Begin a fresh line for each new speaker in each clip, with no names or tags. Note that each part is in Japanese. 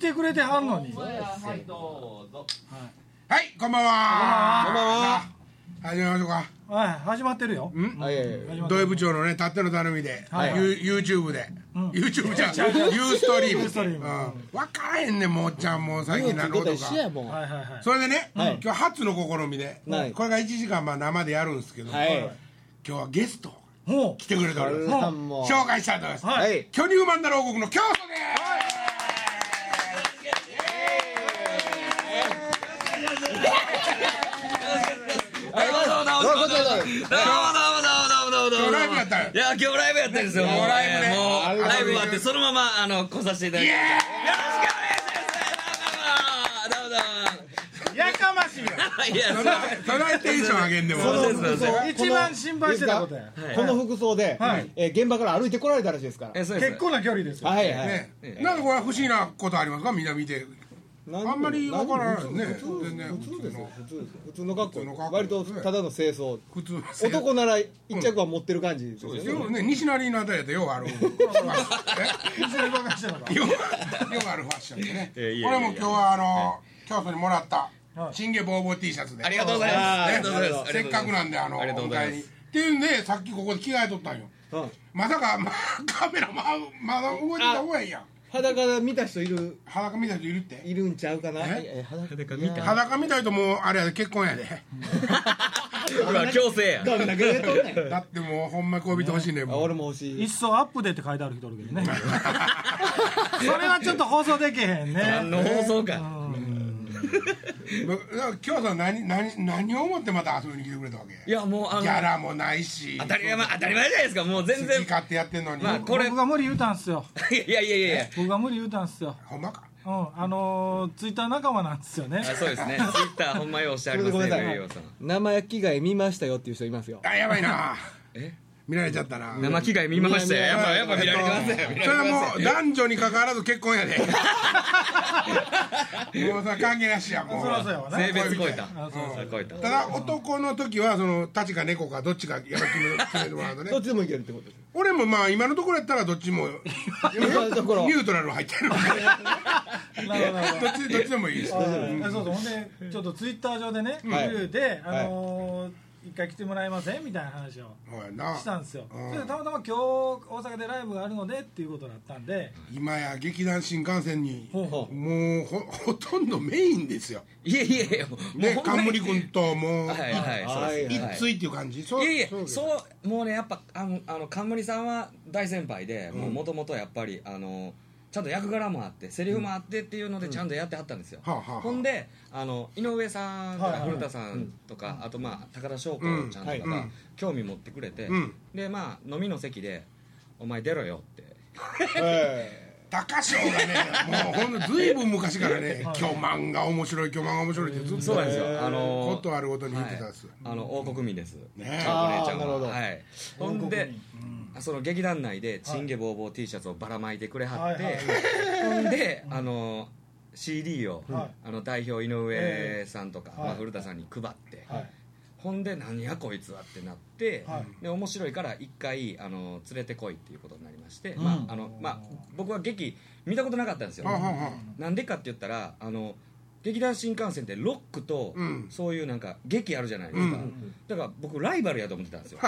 てくれてはんのに。
はいどうぞ
はい、こんばんは。
こ
んばんは。始めましょうか。
はい、始まってるよ。
ん
はいはいはい
始まって
土
る
井部長のね、たっての頼みで、
はい
ユー YouTube で、
ん
YouTube じゃん、ユーストリー
ユ
ム。
ーストリーム
うん。わからへんねん、もうちゃん、もう最近
出
なること
た
が
り。しやもん
はい
は
はいはい。
それでね、
はい
今日初の試みで、
はい
これが1時間まあ生でやるんですけど、
い
今日はゲストが
も
来てくれて
こ
おり
れ
ま
はも
す。紹介したいと思います。
う、は。
はいい
巨乳マンダラ王国の教祖です。今日ライブ
はいどうぞどうぞどうぞどうもどうもどうもどうもどうもどうも
やったよ
いや今日ライブやったんですよもう
ライブね
もう
ありがとうございます
ライブ終わってそのままあの来させていただき
イ
ま
エ
す
ーイ
よろしくお願いします。どうもどうもどうもどうも
やかましいよ。
いや、そんな
そないテンション上げんでも。
そうですそうです
この
一番心配してたことや。
はい
この服装で、
はい
えー現場から歩いてこられたらしいですから
え、そうです。
結構な距離ですよ。
はいはい、
ね、なんでこれは不思議なことありますかみんな見て
なん
あんまりわからないね
普通
全然
普通ですよ
普
普通ですよ普通の格好
普通の格好
割とただの清掃
普通
男なら一着は持ってる感じですよね、
ようね西成のあたりやったらよう あるえ
一緒にバカしてたか
ようようあるファッションでね
やいやいや
俺も今日はあの京都にもらった
はい
チンゲボーボー T シャツで
ありがとうございます。ありがとうございます。
せっかくなんであのお
ありがとうござ
迎
い
え
ま
にっ
す。
ていうんでさっきここで着替えとったんよ
うん
まさかまカメラままだ動いてた方がいいやん
裸で見た人いる
裸見た人いるって
いるんちゃうかな
え
え裸
裸見た
いや
裸見た人もうあれやで結婚やで
うわ、強制や。
どんだけ出とんねん
だってもうほんま恋人欲しいねん
あ
もう
俺も欲しい
一層アップデーって書いてある人おるけどね。それはちょっと放送できへん
何
ね。
の放送か。
だから京都は何何何を思ってまた遊びに来てくれたわけ
いや、もう、あ
ギャ
の、
ラもないし
当たり前、当たり前じゃないですか。もう全
好き
然。
勝手やってんのに、
まあ、これ
僕、が無理言うたんすよ。
いやいやいやいや。
僕が無理言うたんすよ。
ほんまか
うん、あのー、ツイッター仲間なんですよね。
そうですね。ツイッター、ほんまよ、おっしゃります
ごめん
ね、
なさい
レイオさん。
生着替え見ましたよっていう人いますよ
あやばいな
え
見られちゃったな
生着替え見ましたよ。やっぱ、やっぱ見られてますよ。
それはもう男女に関わらず結婚 やでもうさ関係なしやも
そらそうや
う
わな。
性別超えた。
あそうそう
超えた。
ただ男の時はその立ちか猫かどっちかやっぱ決め決めてもらうと
どっ
ね
ちでもいけるってことです
俺もまあ今のところやったらどっちも
今のところ
ニュートラル入ってるど
なるほどなるほど。
っちどっちでもいい です
あそうそうほんでちょっとツイッター上でね、
はい
ビューで、あのー一回来てもらえませんみたいな話を
ほやな
したんですよ、
うん
それでたまたま今日大阪でライブがあるのでっていうことだったんで、
今や劇団新幹線に
ほうほ
もうほほとんどメインですよ
いやいやいや、も
ね
う、
冠君ともう
はいはい、そうです。
一対っていう感じそう
いやいや
そうです
そうもうねやっぱあのあの冠さんは大先輩でもともとやっぱりあのちゃんと役柄もあってセリフもあってっていうのでちゃんとやってはったんですよ、
はあはあはあ
ほんであの井上さんと
はいは
か
いはい
古田さんとか、あとまあ高田翔子ちゃんとかが、
うんはい
うん
興味持ってくれて、
うん
でまあ飲みの席で「お前出ろよ」って
え
高翔がねもうほんのずいぶん昔からね「巨漫が面白い巨漫が面白い」ってずっ
そう
と
なんですよ、あの
ことあるごとに言ってたんです
はいあの王国民です、
ねえ
お姉ちゃん
あーなるほど
は、はい、ほん
王
で
国、
その劇団内でチンゲボーボー T シャツをばらまいてくれはって、
はいはい
ほんで、あの CD を、
はい
あの代表井上さんとか、
はい
まあ、古田さんに配って、
はい
ほんで何やこいつはってなって、
は
で面白いから一回あの連れてこいっていうことになりまして、
うん
まああのまあ、僕は劇見たことなかったんですよ、
はあはあはあ
なんでかって言ったらあの劇団新幹線ってロックと、
うん
そういうなんか劇あるじゃないですか、だから僕ライバルやと思ってた んですよ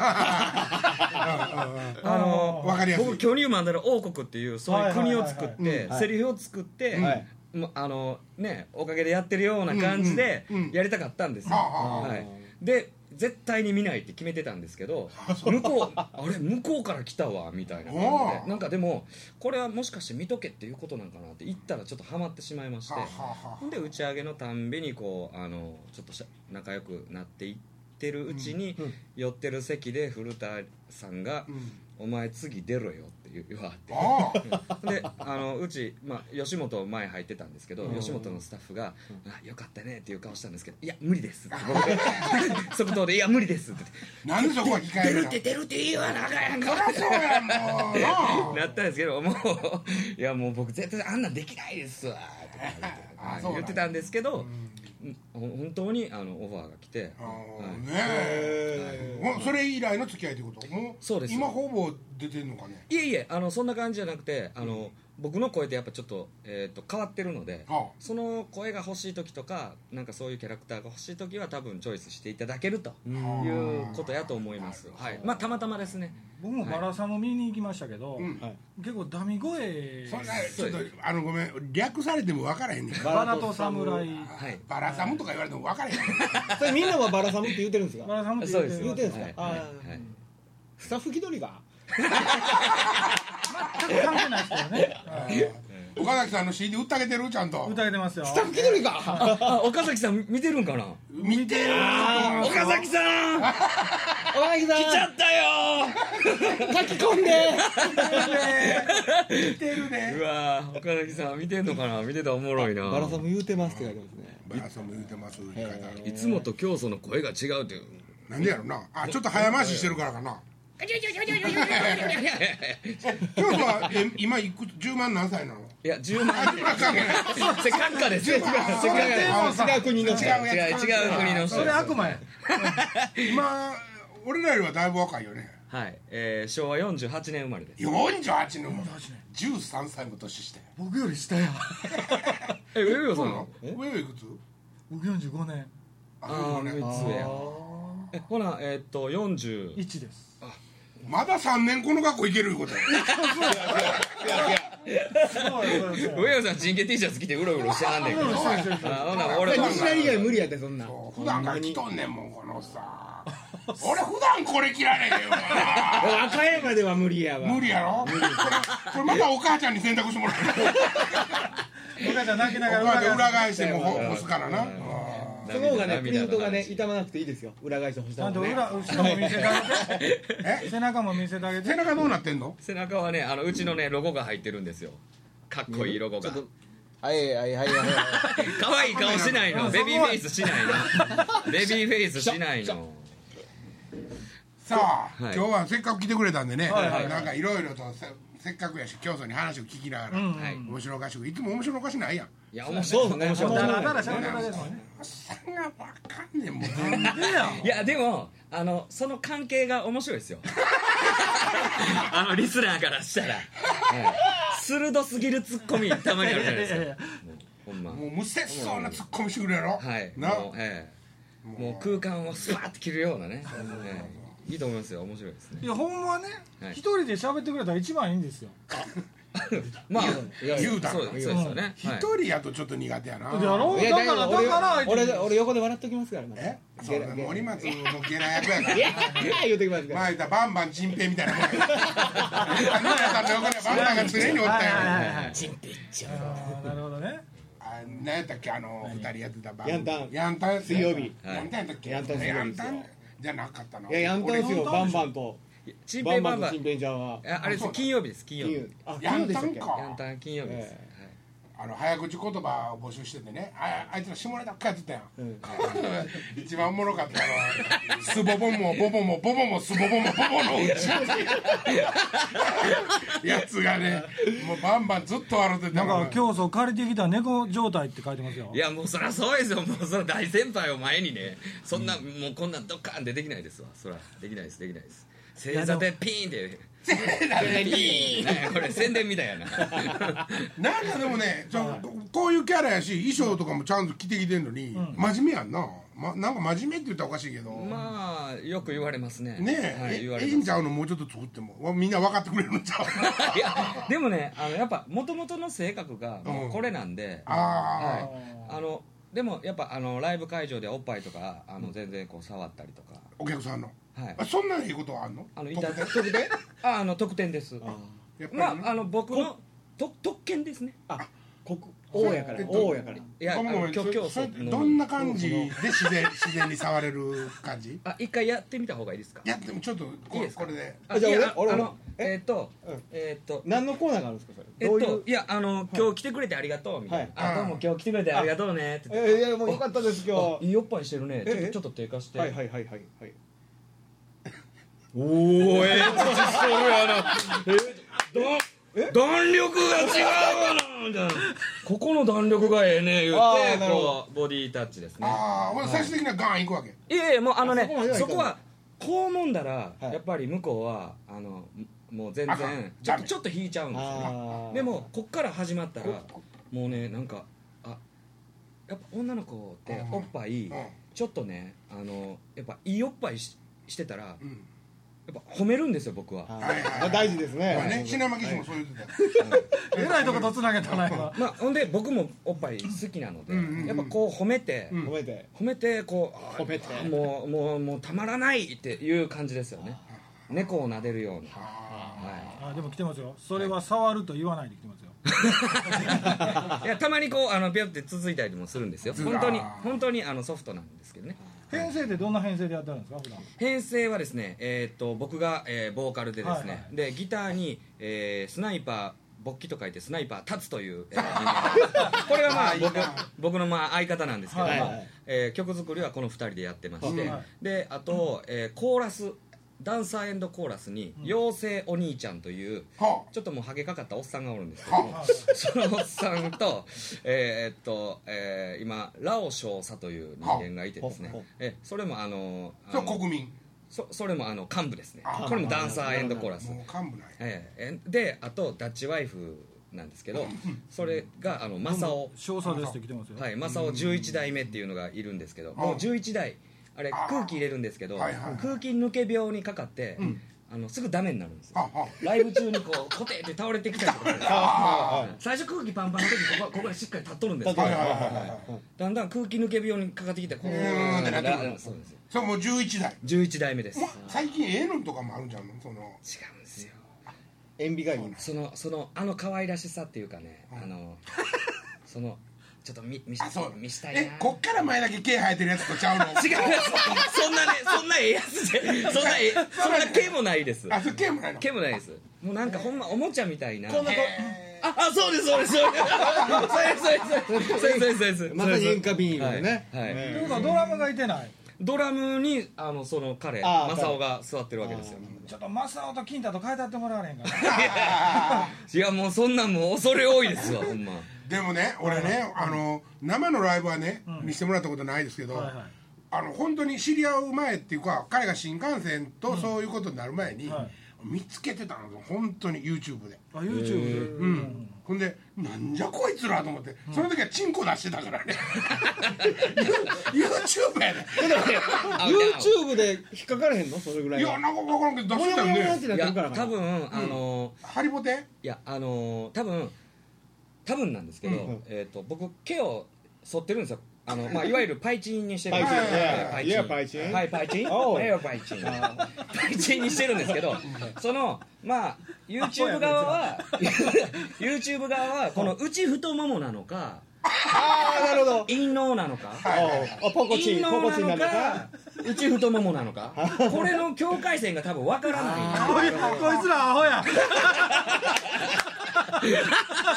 あの
わかりやすい
僕巨乳マンダラ王国っていうそういう国を作っ
はい
はいはいは
て
い
うん
セリフを作って、
はい
もうあのねおかげでやってるような感じで
うんうんうん
やりたかったんですよ、
はあ
はあ
はい、で絶対に見ないって決めてたんです けど向こうあれ向こうから来たわみたいな感じ
おう
でなんかでもこれはもしかして見とけっていうことなんかなって言ったらちょっとハマってしまいまして
はあはあは
で打ち上げのたんびにこうあのちょっとし仲良くなっていってるうちに、寄ってる席で古田さんが「お前次出ろよ」って言う言わはって
ああ
であのうち、まあ、吉本前入ってたんですけど、吉本のスタッフが「あよかったね」っていう顔したんですけど「いや無理です」って僕が 即答で「いや無理です」って
なんでそこは控
言
える
って「出る
の
って出るって言わなあかんやんか」
そりゃそうやもうな
なったんですけどもういやもう僕絶対あんなんできないですわとか
あ
言って
そう
言ってたんですけど、ほ本当にあのオファーが来て、
あ
はい
ねえほんそれ以来の付き合いってことも
そうです
今ほぼ出てんのかね
いえいえあのそんな感じじゃなくてあの、僕の声ってやっぱちょっと,、えー、と変わってるので、
は
その声が欲しい時とかなんかそういうキャラクターが欲しい時は多分チョイスしていただけるということやと思います、はい、まあたまたまですね
僕もバラさんも見に行きましたけど、
ん
はい
結構ダミ声
それちょっとあのごめん略されても分からへんねん
バラと侍
はい
バラサムとか言われても分からへんねん
それみんなはバラサムって言うてるんです
バ
か
ラさんも
そうです
言うてんすか
はい
あ
はいはい
スタッフ気取りが
全く関係ないですよね
岡崎さんの CD 売ってあげてるちゃんと
歌えてますよ
スタッフ気取り が
あ岡崎さん見てるんかな
見てる
岡崎さん来
おはぎさん
ちゃったよ
炊き込んで
見てるね
うわー岡崎さん見てんのかな見てたらおもろいな
バラサム言うてますって書いてますね
バラサム言うてますって書いてある
いつもと教祖の声が違うっていう
なんでやろなあちょっと早回ししてるからかな今日はえ今いくつ10万何歳なの
いや10万
あ10万関係ない
せかっかですよ違う
それでも
あ違う国の
違うやつ
違う違う国の人
それ悪魔や
今俺らよりはだいぶ若いよね
はい、えー、昭和48年生まれです
48の13歳も年下よ
僕より下や
えウェブヨさんの
上はいくつ
僕45年
あ
ああ
でもね
3つやえほなえーっと40
1です
まだ3年この学校行けるいうことや
そうやそうやそう
ウ
や
ェブヨさん人形 T シャツ着てうろうろしてはんねんけど
そうやそうやそうや
あほな俺は
西成以外無理やってそんな
普段から着とんねんもんこのさ俺普段これ着られへんよな
和歌山では無理やわ
無理やろこれこれまたお母ちゃんに洗濯してもら
僕らじゃ泣きなが
うお母ちゃ
ら
ん裏
裏
返してもう干すからな
その方がねプリントがね
涙
傷まなくていいですよ裏返してほしい
ちゃんと
ね
裏後ろも見せてあげて背中も見せてあげて
背中どうなってんの
背中はねあのうちのねロゴが入ってるんですよかっこいいロゴが
はいはい はいはい
可愛い顔しないの
あ
ベビーフェイスしない のベビーフェイスしないの
さあ今
はい
日はせっかく来てくれたんでね
はいはいはい
なんかいろいろとせせっかくやし教祖に話を聞きながら
うん
はい
面白おかしくいつも面白おかしないやん
いや面白い
そうですね
だらだらしゃべるだけですもんね
おっさんがわかんねんもう
いや
いやでもあのその関係が面白いで すよあのリスナーからしたら、はい鋭すぎるツッコミたまにあるじゃないですか
いやいやいや
ほんま
もう無節操なツッコミしてくれやろ
はい
な
もう,、ええもう空間をスパッて切るようなね、ええいいと思いますよ面白いですね
いやほんまはね
はい
一人で喋ってくれたら一番いいんですよ
まあ
言うたら
そうそうですよね、
一
はい
人やとちょっと苦手やな
だろ
いや
だからだ
俺
から
俺俺横で笑っときますから
え
ね
そ
ゲ
う
ラゲラ
森松のゲラ役やから
言うときますか
ま
ら
あ言ったらバンバンチンペイみたいなもんやからあのやさんの横にはバンバンが常におったん
はいはい
や
はいはい
チンピッチョ
あーなるほどね
あ何やったっけあの二人やってたバン
ヤンタン
ヤンタンやった
水曜日
ヤンタンやったっけ
ヤンタン水曜日
ヤンタンじゃなかったない
ややんたんすよバンバンと
チン
バ
ペイ
ン
バ
バ
ン
ン
バ
と
ン
チンペンちゃんは
ああれで
あそう
す
だ
金曜日です金曜日
あ
ヤンタン
ヤン
か
タン金曜日です、
え
はい
あの早口言葉を募集しててねああいつら下ネタばっかやってたやん
うん
一番おもろかったのはスボボンもボボもボボもスボボもボボのうちやつがねもうバンバンずっと笑ってた
なん
もん
か教祖借りてきた猫状態って書いてますよ
いやもうそりゃそうですよもうその大先輩を前にねそんな、もうこんなドッカーンでできないですわそらできないですできないです正座でピーンでピーンねこれ宣伝みたいやな
なんかでもねちょこういうキャラやし衣装とかもちゃんと着てきてんのに、真面目やんな、ま、なんか真面目って言ったらおかしいけど、
まあよく言われますね
ねえ、
はい、
え
言わ
え
れ
えん
ます
ちゃうのもうちょっと作ってもわみんな分かってくれるんちゃう
いやでもねあのやっぱもともとの性格がもうこれなんで、
ああ、
はい、あのでもやっぱあのライブ会場でおっぱいとかあの全然こう触ったりとか
お客さんの、
はい
あそんなにいいことはあんの
あのい
特典
た特典ああの特典です
やっぱ
ま
り、ね
ああの僕のと特権ですね
あここ王やから王やから
いや、あ
ごめんご
の
めん
今日今日
そ
そ
れ
う
どんな感じで自然自然に触れる感じ
あ一回やってみた方がいいですか。
いやでもちょっとこ
いいですか
これで
あ
じゃあ
いや
俺
あ
俺
のえっとえっと
何のコーナーがあるんですかそ
え
れ
っ
どうい
と
う
いやあの今日来てくれてありがとうみたい
はい
な。あどうも今日来てくれてありがとうねって。
えいやもうよかったです今
あ
日
いいおっぱいしてるね。ちょっ
え
と
え
ちょっと低下して。
はいはいはいはいはい
おおええそうやな。えど弾力が違うわなみたいな。ここの弾力がええね言
あ
っ
ー
て
なるほど
こうボディタッチですね。
ああほな最終的にはガンいくわけ
いやいやもうあのね
あそこまではいかない
そこはこうもんだら
はい
やっぱり向こうはあのもう全
あか
然
ん
ちょ
ダ
っと
メ
ちょっと引いちゃうんですよね
あー
でもこっから始まったら
こ
もうねなんかあやっぱ女の子っておっぱい
うん
ちょっとねあのやっぱいいおっぱいししてたらや
うん
っぱ褒めるんですよ僕は
あー
はいはい
まあ大事ですね
まあね品山騎士もそう言ってたよ
えらいとことつなげたな今
まあほんで僕もおっぱい好きなので
うんうんうん
やっぱこう褒めて
うん
褒めて
褒めてこうあー
褒めて
もうもうもうたまらないっていう感じですよね猫を撫でるように
あ
は
あでも来てますよそれは触ると言わないで来てますよ
いいやたまにこうあのビョって続いたりもするんですよ
ずらー
本当に本当にあのソフトなんですけどね
編成ってどんな編成でやってるんですか普段
編成はですねえーっと僕が、えーボーカルでですね、
はいは
でギターに、えースナイパー勃起と書いてスナイパー立つという、えー これはまあ僕僕のまあ相方なんですけども、
はい
はい
えー曲作りはこの2人でやってまして、
うんはい
であと、えーコーラスダンサーエンドコーラスに妖精お兄ちゃんという、
ーは
ちょっともうハゲかかったおっさんがおるんですけども、そのおっさんと、えーっと、えー今、ラオ少佐という人間がいてですね
ほうほ、
えそれもあの、
あ
あ
そ
の
れ国民
そそれもあの幹部ですね
あ、
これもダンサーエンドコーラス。
もう幹部なんや
えええで、あと、ダッチワイフなんですけど、それが、あの、マサオ、
少佐ですって来てますよ
はい、マサオ11代目っていうのがいるんですけど、もう11代、あれ、空気入れるんですけど、
はいはい
空気抜け病にかかって、あのすぐダメになるんですよ。
はは
ライブ中にこうコテって倒れてきたりとか
あ
最初空気パンパンの時ここここでしっかり立っとるんですけど
はいはいはいはい
だんだん空気抜け病にかかってきてこう
うーんってなってくる
あそうですよ
それもう11代
11代目です違
もう最近ええのんとかもあるんじゃんのその
うんですよ
ー塩ビがいい
そのそのあの可愛らしさっていうかねあのそのちょっと見見し
あそう
見したいな
えこ っから前だけ毛生えてるやつとちゃうの
違うそんなねそんなええやつでそんなええそんな毛もないです
あそれ毛もないの
毛もないですもうなんかほんまおもちゃみたいな
こんなこ
ああそうですそうですそうですそうですそうですそうですそうですそうです
まさに演歌ビーンよね
はいはい
と
ね
いうことはドラムがいてない
ドラムにあのその彼
あー
マサオが座ってるわけですよ
ちょっとマサオと金太と変えたってもらわれへんかな
いやもうそんなんもう恐れ多いですわほんま
でもね俺ねあの生のライブはね見せてもらったことないですけど
はいはい
あの本当に知り合う前っていうか彼が新幹線とそういうことになる前に
はい
見つけてたの本当に YouTube で
あ YouTube でうん
ほんでなんじゃこいつらと思ってその時はチンコ出してたからね YouTube やで
あ
YouTube で引っかかれへんのそれぐら
い
い
や
は
なんか分からんけど出
モ
し
ヤ
てたよ
モヤっ
ね
てなってる
いや
からか
多
な
分あの
ハリボテ
いやあの多分多分なんですけど
うん
えっと僕毛を剃ってるんですよあの まあいわゆるパイチンにしてるん
パイチ
です
ン
よ
ね
はい
いやパイチン
はいパイチン
おう
はいパイチンパイチンにしてるんですけどそのまあ YouTube 側は YouTube 側はこの内太ももなのか
ああなるほど
陰嚢なのか
あポコチ
陰
ンポ
謀
コ
な
チンな
の
のか
か内太ももなのかこれの境界線が多分わからない
こい こいつらアホや
は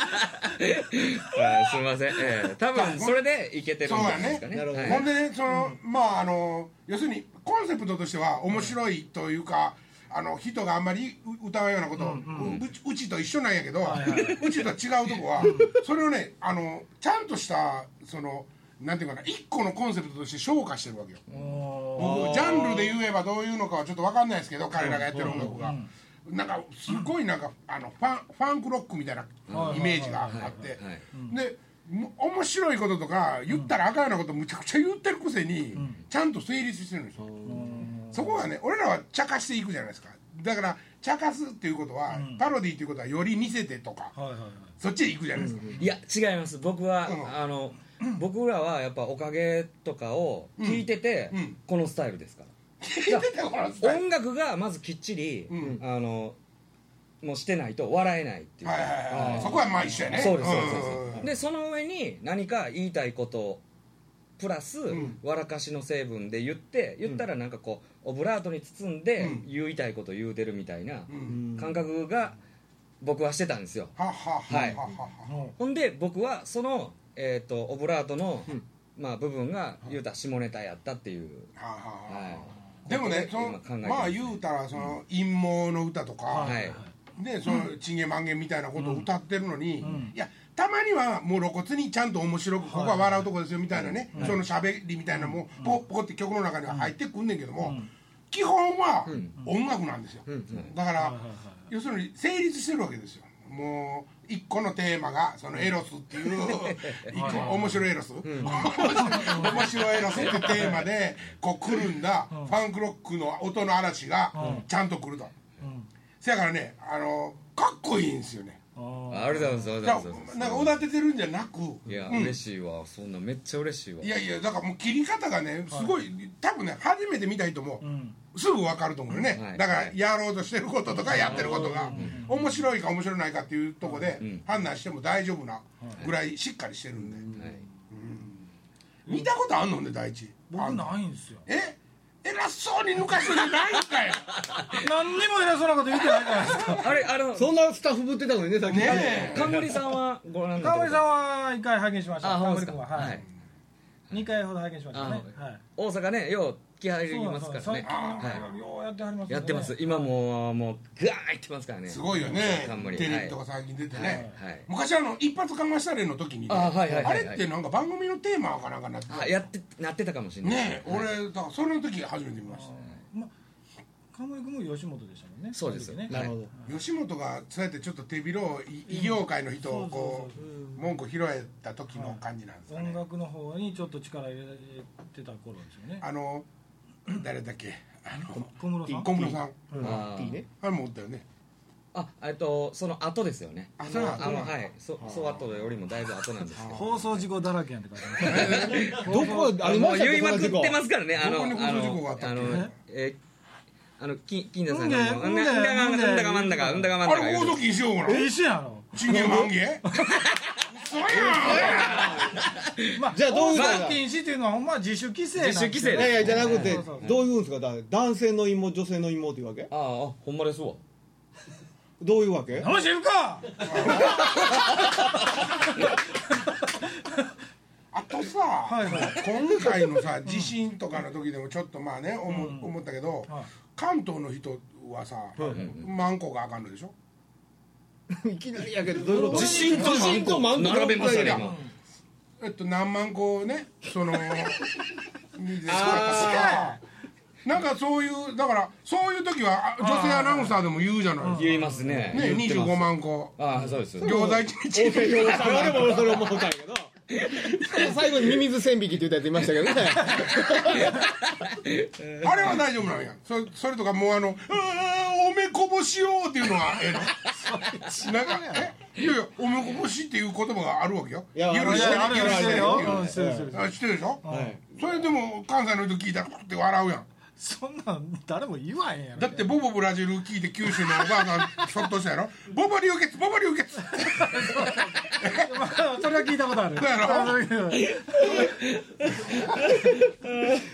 いすみません、 えー多分それでいけてるんじゃないですかね
そうだね
はい
な
ほんでねその、まああの要するにコンセプトとしては面白いというか、あの人があんまりう歌うようなこと、ううちうちと一緒なんやけど、
はいはいう
ちと違 うとこはそれをねあのちゃんとしたそのなんていうかな一個のコンセプトとして昇華してるわけよ
お
僕ジャンルで言えばどういうのかはちょっと分かんないですけど彼らがやってる音楽が、なんかすごいなんかあのファンファンクロックみたいなイメージがあって
はいはい
でも面白いこととか言ったらあかんようなことむちゃくちゃ言ってるくせにちゃんと成立してるんですよそこがね俺らは茶化していくじゃないですかだから茶化すっていうことはパロディっていうことはより見せてとか
ーはいはいはい
そっちへ行くじゃないですか
いや違います僕は、
うん
あの僕らはやっぱ「おかげ」とかを聞いてて、
うん
このスタイルですから
聞いてたよこのスタイル
音楽がまずきっちり、
う
あのもうしてないと笑えないっていう
はいはいはいそこはまあ一緒やね
そうですそうです
ん
そうですでその上に何か言いたいことプラス、
ん
笑かしの成分で言って言ったらなんかこうオブラートに包んで、
うん
言いたいこと言うてるみたいな
うん
感覚が僕はしてたんですよ
ははは
はい
はは
も
ほんで僕はその、えー、とオブラートの、まあ、部分が言うたら下ネタやったっていう、
ははは
は
でもねそ
今
の
考えてますね
まあ言うたらその陰謀の歌とか、
い、はい
ねそのチンゲマンゲみたいなことを歌ってるのに、
ん
いやたまにはもう露骨にちゃんと面白くここは笑うとこですよみたいなね、そのしゃべりみたいなのもポッポコって曲の中には入ってくんねんけども、基本は音楽なんですよ、だから、
はいはい
要するに成立してるわけですよもう一個のテーマがそのエロスっていう 一個 面白いエロス、面白いエロスってテーマでこうくるんだファンクロックの音の嵐がちゃんとくると、せやからねあのかっこいいんですよね
あ
ありがとうござい
だ
ま
か
すありがとうございま
ら
す
なんかおだててるんじゃなく
いや、
うん
嬉しいわそんなめっちゃ嬉しいわ
いやいやだからもう切り方がねすごい、多分ね初めて見た人もすぐ分かると思うよね、
はい
だからやろうとしてることとかやってることが面白いか面白ないかっていうとこで
ん
判断しても大丈夫なぐらいしっかりしてるんで、
はい
見たことあんのね大地あ
僕
んの
ないんですよ
え偉そうに抜かしてないんか よ
何にも偉そうなこと言ってないじゃないですか
あれあの
そんなスタッフぶってたのにねさっき
ね
冠さんはご覧になっ
川森
てる
さんは一回拝見しました
あほ
川
んま
森
ですか
君は
は
はいい二回ほど拝見しましたねはい
大阪ねよう気合い
そう
入り
なんで
ま
すす
から
最
ね
近
は
はようやってはりますよ
い
ね
やってます今もうもうガーンいってますからね
すごいよね
冠
テレ
は
ビ
い
とか最近出てね、
はい
昔あの一発かましたれの時にね
あはいはいはいはい
あれってなんか番組のテーマかなんかなってた
あやってなってたかもしれない
ねえ、
はい
俺だからそれの時初めて見ました
ま川森君も吉本でしたもんね
そうですよ
の時ね
なるほど
吉本がそうやってちょっと手広い異業界の人をこ
そうそう
う文句拾えた時の感じなんですか
音
ね
楽の方にちょっと力入れてた頃ですよね
あの誰だっけあの
小室さん
小室さん
あー
いいね
あれもおったよね
あえっとその後ですよね
あその後
あのはいそそう後よりもだいぶ後なんですけど
放送事故だらけやんって感じ
どこあり
も
ま
う
した
言いまくってますからねあ
どこ
の
に放
あ
送事故があったっ
のあ
け
のえあのき金田さんがもう
うんんで
だか
うんで
んだかなんだかうんだかま
あ
んだか
れ
言
放
うて
送禁止用語なの
一緒やろ
チンゲンマンゲ嘘や
まあ
じゃあどういう
放
のが
送禁止っていうのはほんまは自主規制なんですよね
自主規制
いやいやじゃなくて
そうそうそう
どういうんですかだから男性の芋女性の芋っていうわけ
ああほんまですわ
どういうわけ
楽しいか
あとさ、
いはい
今回のさ地震とかの時でもちょっとまあね思,、思ったけど、
はい
関東の人はさ、マンコがあかんのでしょ
いきなりやけどどういうこと
自
信とマンコ
自信とマンコ
並べましたね今
えっと何万個ねその水で
あ
なんかそういうだからそういう時はあ女性アナウンサーでも言うじゃない
言いますね
ね
言ってます
25万個
ああそうです
餃子一
大
日
勢表さん俺も俺それ思ったんやけど最後にミミズ線引きって言ったやついましたけどね
あれは大丈夫なんやそそれとかもうあのうーん「おめこぼしよう」っていうのはええのなんかえいやいや「おめこぼし」っていう言葉があるわけよ
いや
許
い
して
やあ
ね
るよ
許
し
してて
るよ
ねってい
うんしてるして
う
る
あ知ってるでしょ、
はい
それでも関西の人聞いたらクッて笑うやん
そんなん誰も言わへんやろ
だってボボブラジル聞いて九州のおばあさんひょっとしたやろボボ流血ボボ流 血
まあそれは聞いたことある
うやろ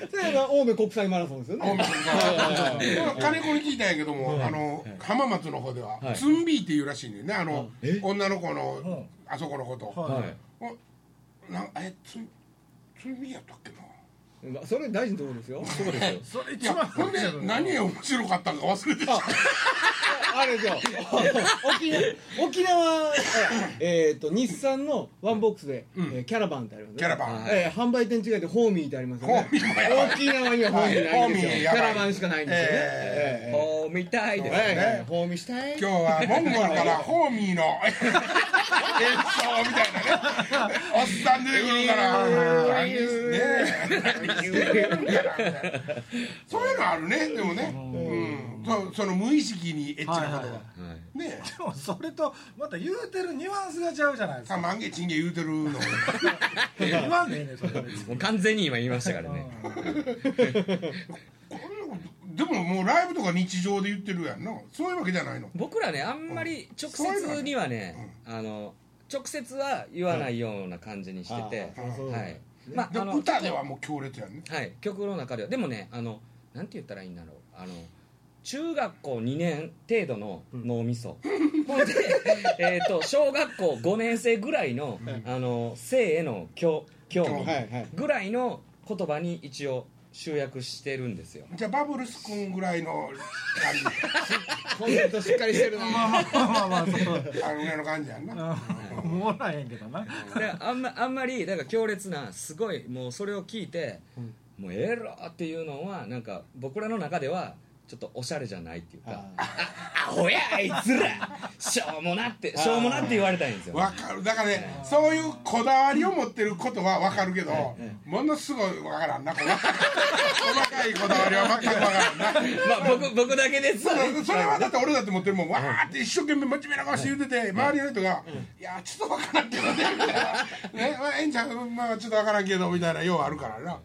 それが青梅国際マラソンですよ
お
ね
めさんが金子に聞いたんやけども、あの浜松の方では、ツンビーっていうらしいねんねあの、女の子の、あそこのこと、
は
はい
おなんえツンツンビーやったっけな
それ大事なところですよ
そうですよ
それ
い
一
や
番
ほんで何が面白かったんか忘れてた
あれですよ沖縄沖縄えっと日産のワンボックスで、えーキャラバンってありますね
キャラバン
えー販売店違いでホーミーってありますよね
ホーミーもやばい
沖縄にはホーミーないんですよ
はいホーミー
キ
やばい
ャラバンしかないんですよね、え
え
ーえー
お見たいです
え
ね
ーえーホーミーしたい
今日はモンゴルからホーミー の演奏みたいなねおっさん出てくるからいいですね何してるんやなみたいなそういうのあるねでもねうんそうその無意識にエッチなことが、
はいはいは
はい
ねえ
でもそれとまた言うてるニュアンスがちゃうじゃないです
さ
か
あ万華チンゲ言うてるの
言わんでええねんそれは別に
もう完全に今言いましたからね
こんな でももうライブとか日常で言ってるやんなそういうわけじゃないの
僕らねあんまり直接にはねあの直接は言わないような感じにしてて
あーそう
はいま
で
ああの
歌ではもう強烈やんね
はい曲の中ではでもねあのなんて言ったらいいんだろうあの中学校2年程度の脳みそ、 ほんで、えー、と小学校5年生ぐらいの,、あの性への興興
はい
味
はい
ぐらいの言葉に一応集約してるんですよ
じゃあバブルス君ぐらいの感じ
コンセントしっかりしてるな
まあまあまあまあそう
あのぐらいの感じやんな
うん思わらへんけどな
だからあんまあんまりだから強烈なすごいもうそれを聞いて、もうエロっていうのはなんか僕らの中ではちょっとおしゃれじゃないっていうか
あ
アホやあいつらしょうもなってしょうもなって言われたいんですよ
わかるだからねそういうこだわりを持ってることはわかるけど、ものすごいわからんなこの細かいこだわりは全くわからんな
まあ僕僕だけです
それそれはだって俺だって持ってるもんわーって一生懸命真面目な顔して言うてて周りの人が「いやちょっとわからんけどね」みたいな「ねまあええんちゃうまあちょっとわからんけど」みたいなようあるからな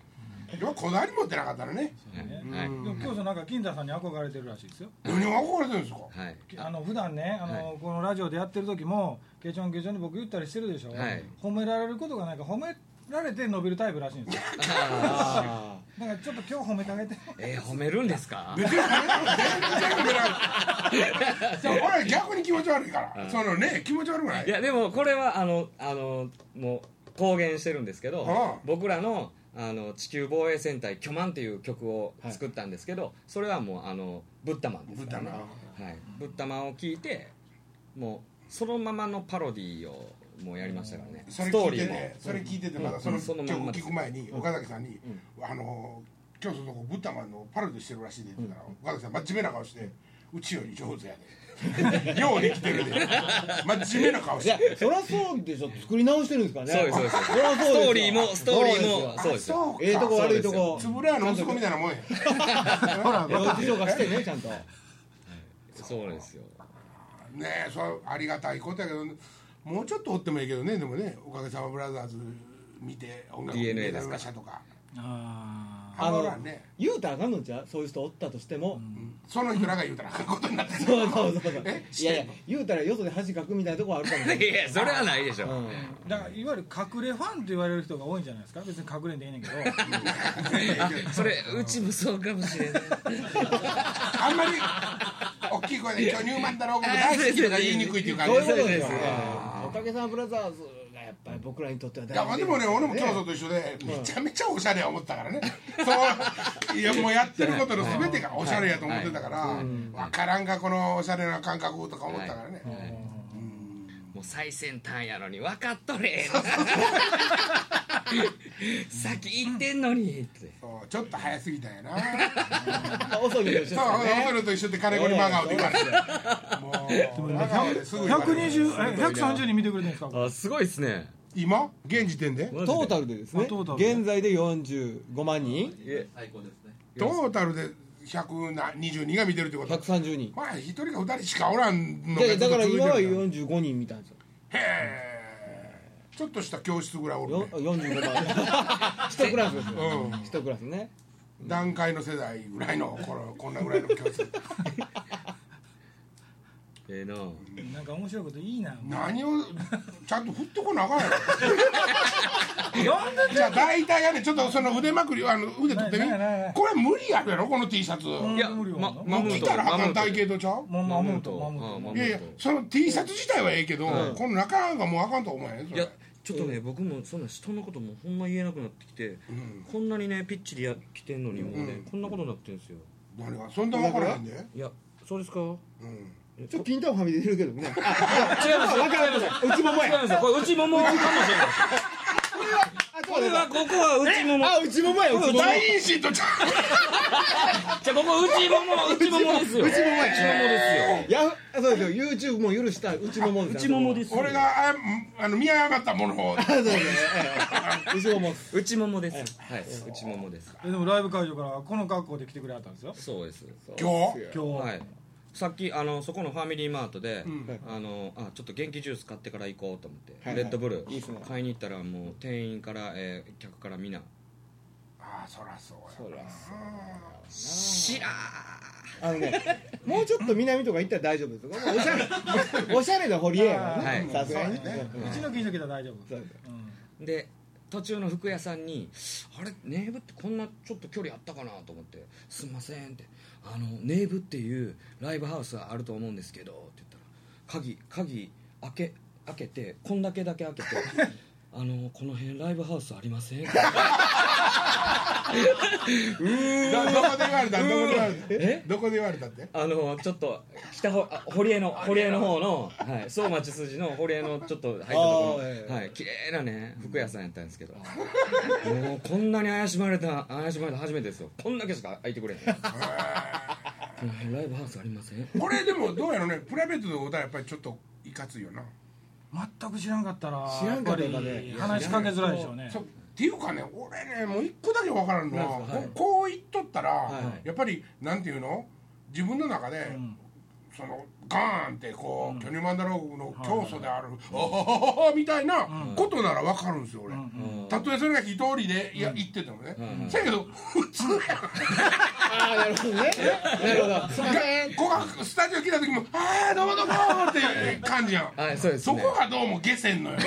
要はこだわり持ってなかったらね
はい
でも今日なんか金田さんに憧れてるらしいですよ
何を憧れてるんですか
はい
あの普段ねあの、
は
このラジオでやってる時もケチョンケチョンに僕言ったりしてるでしょ、
はい
褒められることがないから褒められて伸びるタイプらしいんですよ
あ
だからちょっと今日褒めてあげて
えー、褒めるんですか
別に全然褒められない俺逆に気持ち悪いからそのね気持ち悪くない
いやでもこれはあのあのもう公言してるんですけど、
ああ
僕らのあの地球防衛戦隊「巨万」っていう曲を作ったんですけど、それはもうあのブッダマンです
豚
から
な
ねはい、ブッダマンを聞いてもうそのままのパロディーをもうやりましたからね
それ
ス
聞
トー
い
リ
て
ーも
ねそれ聞いてて
うん
まだその
うんそ
曲
のまんま
聞く前に岡崎さんに「あの今日そのとこブッダマンのパロディしてるらしいで」って言ったら岡崎さん真面目な顔して「うちより上手やで」「 ようできてるで」真面目な顔
ー
し
いや
て
そりゃそうでしょ作り直してるんですからね
そうですそうです
そりゃそうです
ス
よ
トーリーもストーリーも
そ
そうですよ
あ
ええとこ悪いとこ
つぶらやの息子みたいなもんや
ほら
えー事情がしてねちゃんと
そうなんですよ
ねえそれはありがたいことやけどもうちょっと追ってもいいけどねでもね「おかげさまブラザーズ」見て音楽を見て
DNA ですか
ましたとか
あ
あのね
言うたらあかんのじゃうそういう人おったとしても、
その人らが言うたらあかんことにな ってる
そうそうそうそう
え
いやいや言うたらよそで恥かくみたいなとこあるかもしれない
いやそれはないでしょ、
うん
ーだからいわゆる隠れファンって言われる人が多いんじゃないですか別に隠れんでいいねんけど
あそれうちもそうかもしれない
あんまり大きい声で「巨乳マンだろう」僕大好きとか言いにくいっていう感
そ
じ
うい
で
う
す
ことですよ
そうですそうです
おかげさまブラザーズがやっぱり僕らにとってはい大
やまあでもね俺も教祖
ね
と一緒でめちゃめちゃおしゃれや思ったからねそういやもうやってることの全てがおしゃれやと思ってたから分からんかこのおしゃれな感覚とか思ったからね
もう最先端やのに分かっと れ先行ってんのにって
そうちょっと早すぎたん やな
遅いと一緒です
そう
から
お
ね
それと一緒って金子に真顔で言われてもう真顔ですぐ言われる
120え130人見てくれてるんですかこれ
あすごいですね
今現時点で
ト
トータルでです
ま
ね
あトータルで
現在で45万人
トータルで122が見てるってこと
130人
まあ一人か二人しかおらんの
いやいやだから
ずっと続いて
今
る
は45人見たんですよ
へえちょっとした教室ぐらいおる
よ
ね、
45万一クラスですよ
う
一クラスね
ん、段階の世代ぐらいのこのこんなぐらいの教室
ええな
なんか面白いこといいな
何をちゃんと振ってこなあかんやろ
なんで
じゃあ大体やねちょっとその腕まくりあの腕取ってみ
ないないない
これ無理やろこの T シャツ
ん
いや
無理は
ま
な
マムー
着
ト
たらあかん
マム
体
ー
型とちゃう
もう守ると
マ
守る
ムートマム
と
ー
いやいやその T シャツ自体はええけど、この中がもうあかんと思えへんそ
トい
れ
やちょっとね僕もそんな人のこともほんま言えなくなってきてこんなにねピッチでや来てんのにもうねこんなことになってんですよ
何がそんな分からへんで、
いやそうですか
うん、
ちょっとピンタンはみ出てるけどね違います分かりません内もも
違うん
や
ですよこれ内ももかもしれないこれはここは内もも
あ内ももや内もも
大陰唇とちゃ
じゃあここ内もも内ももですよ内ももですよ
やそうですよ YouTube も許した内ももです
内ももですす
う俺がああの見誤ったものを
そうですねええ内もも
内ももですはい内ももです
えでもライブ会場からこの格好で来てくれはったんですよ
そうです
今日
今日、
はい、さっきあのそこのファミリーマートで、
ん
あのあちょっと元気ジュース買ってから行こうと思って、
はい
レッドブル
いいっすね
買いに行ったらもう店員から、えー客からみんな
ああそらそう
そうだ
「しら
あのね、もうちょっと南とか行ったら大丈夫ですよ。おしゃ れ、おしゃれな堀江やからね。
は
さすがに
そうだね
ね。
うちの近所来たら大丈夫、
そう
うん
ー!」で途中の服屋さんに「あれネイブってこんなちょっと距離あったかな?」と思って「すんません」って「あのネイブっていうライブハウスあると思うんですけど」って言ったら「鍵鍵開け開けてこん だけだけ開けてあのこの辺ライブハウスありません?」
どどこで言われたどこで言われ
え
たどこで言われたって
あのちょっと北ほあ堀江の堀江の方の、はい、相馬千筋の堀江のちょっと入ったとこ
あーええ
ろはい綺麗なね服屋さんやったんですけどもうこんなに怪しまれた怪しまれた初めてですよこんだけしか空いてくれへんもうライブハウスありません
これでもどうやろうねプライベートで会うたらやっぱりちょっといかついよな
全く知らんかったら
知らんかったらね
やっぱり話しかけづらいでしょうね
そうっていうかね俺ねもう一個だけ分からんのは
なんですかはい
ここう言っとったら、
い
やっぱりなんていうの自分の中で、そのガーンってこう、巨乳マンダローの教祖である、おほほほほみたいなことなら分かるんですよ俺、たとえそれが一人でいや、言っててもね、せやけど普通や
ああなるほどねなるほどすいません
ここがスタジオ来た時も「ああどうもどうも」っていう感じやん、
はいそうです
そ
ね
こがどうも下船のよ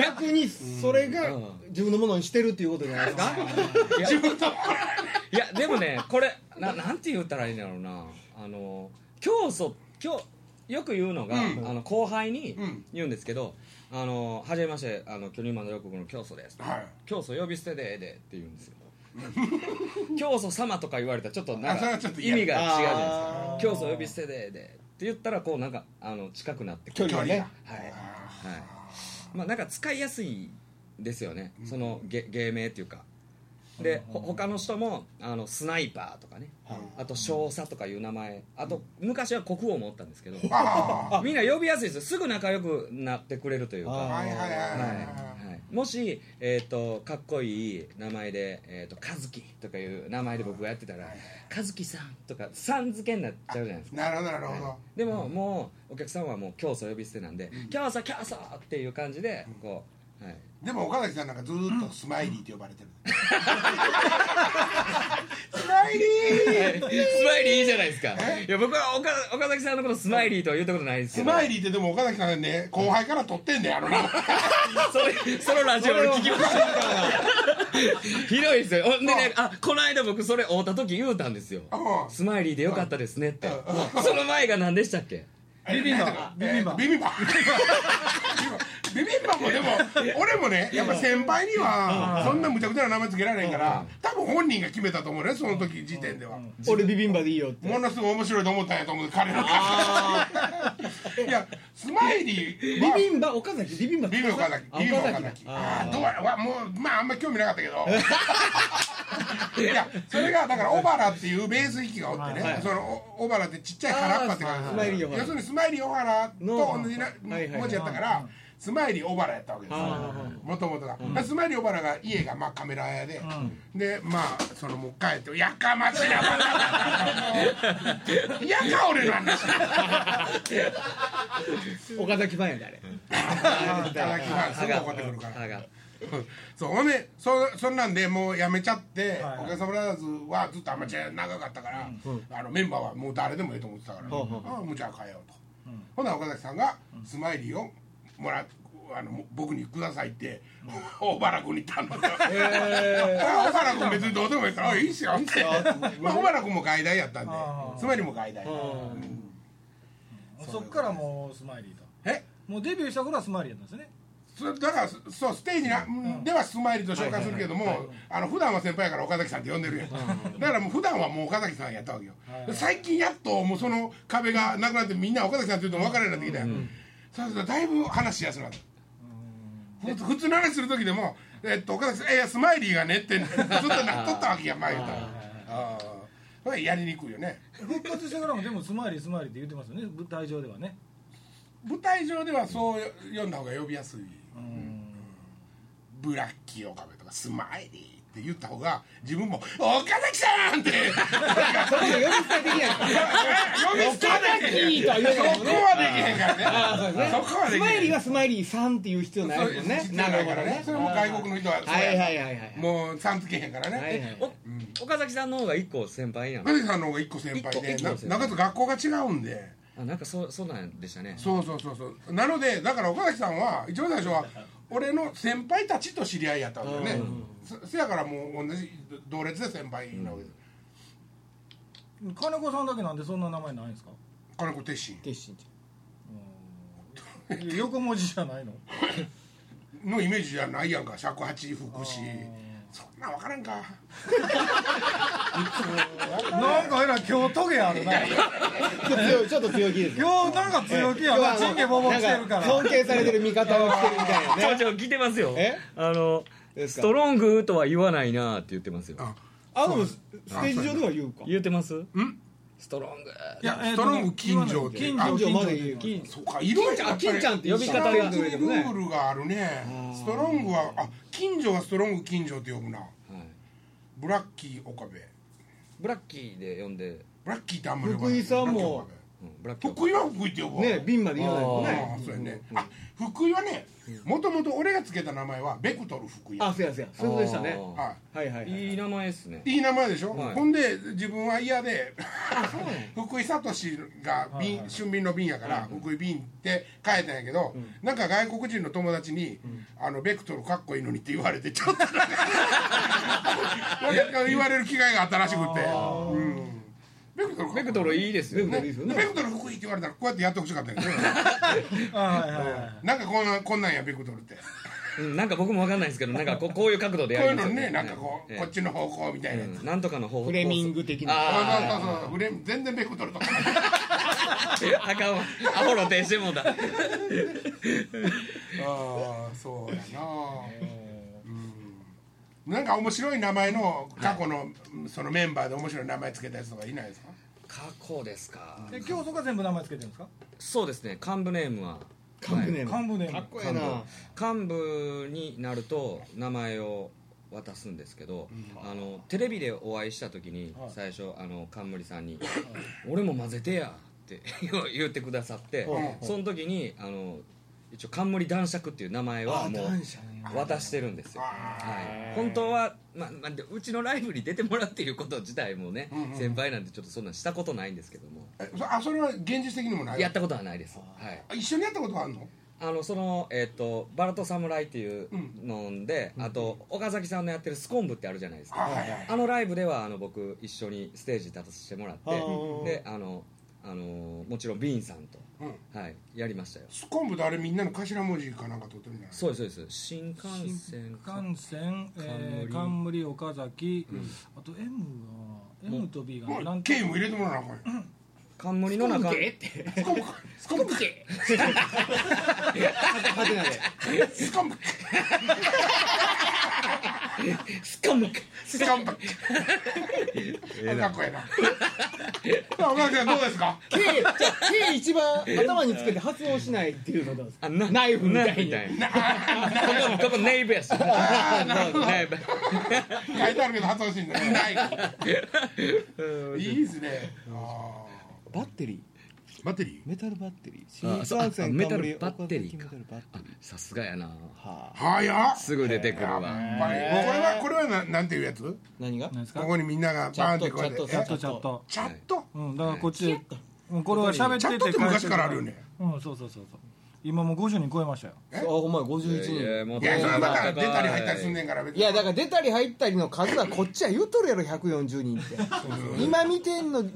逆にそれが自分のものにしてるっていうことじゃないですか
自分と
いやでもねこれななんて言ったらいいんだろうなあの教祖教よく言うのが、
うん
あの後輩に
うん
言うんですけど「あの初めましてあの巨乳マンの国の教祖です」
はい
教祖呼び捨てでええで」って言うんですよ 教祖様とか言われたらちょっとな
あ
ん
それ
か
はちょっと
意
嫌
味が違うじゃ
あ
ない
ー
ですか「教祖呼び捨てでええで」って言ったらこうなんかあの近くなって
距離がね
はい、はい、まあなんか使いやすいですよね、そのげ芸名っていうかで、ほ他の人もあのスナイパーとかね、あと少佐とかいう名前あと昔は国王もおったんですけど
あ
みんな呼びやすいですよすぐ仲良くなってくれるというか
あ
あはいはいはい
は
はいい、
はい、もし、えー、とかっこいい名前で「えー、と和樹」とかいう名前で僕がやってたら「和樹さん」とか「さん」付けになっちゃうじゃないですか
なるほどなるほど、
でも、もうお客さんはもう教祖呼び捨てなんで「教祖教祖!」っていう感じでこう、はい、
でも岡崎さんなんかずーっとスマイリーって呼ば れてる、スマイリー
スマイリーいいじゃないですかいや僕は岡岡崎さんのことスマイリーとは言ったことないですけ
ス
ど
マイリーってでも岡崎さんね後輩から取ってん ねやろな
それそのラジオ俺聞きました ひどいですよほんでねあこの間僕それ会うた時言うたんですよ
うん
スマイリーでよかったですねってその前が何でしたっけ
ビビンバビビン
えー
バ
ビビンバビビンバもでも俺もねやっぱ先輩にはそんな無茶苦茶な名前つけられへんから多分本人が決めたと思うねその時時点では
俺ビビンバでいいよって
ものすごい面白いと思ったんやと思う彼のいやスマイリー
ビ
は
ビンバ岡崎ビビンバ
ビビンバ岡崎
あ
ビビンバ岡
岡
崎
崎
ああどうやわもうまああんま興味なかったけど いやそれがだから小原っていうベース弾きがおってね、
はい
そのお小原ってちっちゃい原っぱって
あー
感
スマイリ
じ
ー小原
要するにスマイリー小原と同じな
のはいはいはい
文字やったからスマイリー小原やったわけですよもともとが、でスマイリー小原が家がまあカメラ屋で、でまあそのもう帰って「やかましいなま たやか俺の話」
岡崎ファンやであれ
いただきますぐ怒ってくるから
歯が
そうほんでそそんなんでもうやめちゃって、
はい
お客様ブラザーズはずっとアマチュア長かったから、あのメンバーはもう誰でもいいと思ってたから、
ほうほう
ああもうじゃあ変えようと、ほな岡崎さんがスマイリーをもらあのも僕にくださいって、 大原君に頼ん だ、あ大原君別にどうでもいいからあ「いいっすよ」って、まあ、大原君も外大やったんで
ああ
スマイリーも外大、
そっからもうスマイリーと
え
もうデビューした頃はスマイリーだったんですね
そだからそうステージな、ではスマイリーと紹介するけども、あの普段は先輩やから岡崎さんって呼んでるやん、だからもう普段はもう岡崎さんやったわけよ、最近やっともうその壁がなくなってみんな岡崎さんって言うと分からなくなってきたやん、そうするとだいぶ話しやすくなった、ふ普通の話する時でも、えっと、岡崎さん「いやスマイリーがね」ってずっとなっとったわけや前言うたらああそれやりにくいよね
復活してからもでもスマイリースマイリーって言ってますよね舞台上ではね
舞台上ではそう読んだ方が呼びやすい、ブラッキーオカメとかスマイリーって言った方が自分も「岡崎さ ん!」って
それも呼び捨て的やん
呼び捨てはでき
い
へ
い
ん
とは言うけどね
そこはできへんから
そうです
ね
ね
そこはで
ス
き
マイ
へ
リー
ん
はスマイリーさんっていう人なんやもんね
そう
なるほど
から
ね
それも外国の人はそうや
はいはいはいはい
もうさんつけへんからね、
はいはい
お岡崎さんの方が一個先輩やん
岡崎さんの方が一個先輩で
一個
な
一個先輩
なんかつ学校が違うんで
あなんかそうそうなんでしたね
そうそうそうそうなのでだから岡崎さんは一番最初は俺の先輩たちと知り合いやったわけよね、そせやからもう同じ同列で先輩なわけです、
金子さんだけなんでそんな名前ないんですか
金子鉄心
決心ち
いや横文字じゃないの
のイメージじゃないやんか尺八吹くしそんなん分からんか
なんかえらい今日トゲあるな
ちょっと強いちょっと強気ですね
今日なんか強気やなチンケボボしてるから
尊敬されてる味方をしてるみたいな
ちょ
ね
ちょ聞いてますよ
え
あの
です
ス
か
トロングとは言わないなって言ってますよ
あでもステージ上では言うか
言ってますストロング
いや
ストロング金城って
金
近
城
所まで言
金城
う近所
そうかいろいろやっぱり
金ちゃんって
呼び方が
一覧別にルールがあるねストロングはあ近所はストロング近所って呼ぶなブラッキー岡部
ブラッキーで呼んで、
ブラッキーってあんまり呼ばな
福
い
井さんも
ブラッキー岡部福
うんブラッキー
井は福井って呼ぶわ
ね瓶まで言わないもんね
ああそうやねあ福井はねもともと俺がつけた名前はベクトル福井
あ
は
そうやそうやそういうことでしたね
あ
は
い
いはいは
ー
い
いい名前ですね
いい名前でしょ、
はい
ほんで自分は嫌で 福井聡が瓶、春瓶の瓶やから、福井瓶って変えたんやけど、なんか外国人の友達に「あのベクトルかっこいいのに」って言われてちょっ となんかなんか言われる機会があったらしくって、うんベクトルかっこい
ベ
い
クトルいいですよ
ベクト
ね
ルいいですよ
で
ね
ベクトル福井って言われたらこうやってやってほしかったん やけど
はいはいはい
なんかこんなこんなんやベクトルってこ
うんなんか僕もわかんないですけどなんかこうこういう角度で
う
や
い
る
うんの
ですよ
ねなんかこう、
ええ
こっちの方向みたいなやつ、
うんなんとかの方
フレミング的な
あー
そうそうそうフレーム全然ベクトルとか
あかんわアホ露呈してもうた
ああそうやな、うん、なんか面白い名前の過去のそのメンバーで面白い名前つけたやつとかいないですか
過去ですか
で今日そこは全部名前つけてるんですか
そうですね幹部ネームは
カンプネーム
幹部ネー
か
ム
っこええな
幹部になると名前を渡すんですけど、あのテレビでお会いした時に
はい
最初あの冠さんに「俺も混ぜてや」って 言ってくださって
はいはい
その時にあの一応冠男爵っていう名前はもう渡してるんですよ、はい、本当は、まあまあ、でうちのライブに出てもらうっていうこと自体もね、先輩なんてちょっとそんなんしたことないんですけども
えそあそれは現実的にもない
やったことはないです、はい、
あ一緒にやったことあるの
あのそのえっ、とバラと侍っていうので、あと岡崎さんのやってるスコンブってあるじゃないです
あ
か。
はいはい
あのライブではあの僕一緒にステージに立たせてもらって
あー
であのあのもちろんビーンさんと、はいやりましたよ。
スコンブとあれみんなの頭文字かなんか取ってるんじゃない
そうですそうです新幹線か
幹線、えー、
冠
冠岡崎、あと M は M と B が
も
なん
う
て
ケイも入れてもらわなあかんよ
冠の中
スコンブか
スコンプケはてなで
スコンブか
スコンブ
スコンブかかっこええなあお母さんどうですか
K じゃあ K 一番頭につけて発音しないっていうのはどうですか
あな
ナイフみたい
ナイフ
に
なここここネイブやし。ネイブ
書いてあるけど発音しんだよないいいですねあ
バッテリー
ーバッテリー
メタルバッテリー新
あそうあ
幹線
メタ
冠
ルバ
岡
ッ
崎
テリー
メ
か
タルバッテリー。
さすがやな。
はあ
早っ
すぐ出てくるわ。
これはこれはななんていうやつ
何が
なんですか
ここにみんながバーンってこうやって
チャッ
チャットチャット
えチャット
うんだからこっちで、うん、これは喋って
チャッ
て
トって昔からあるよね
うんそうそうそうそう今もう50人超えましたよ
あお前51
いやいや
人
もう
いやそれはだから
も
出
う
たり入ったりすんねんから別
いやだから出たり入ったりの数はこっちは言うとるやろ140人って今見てんの現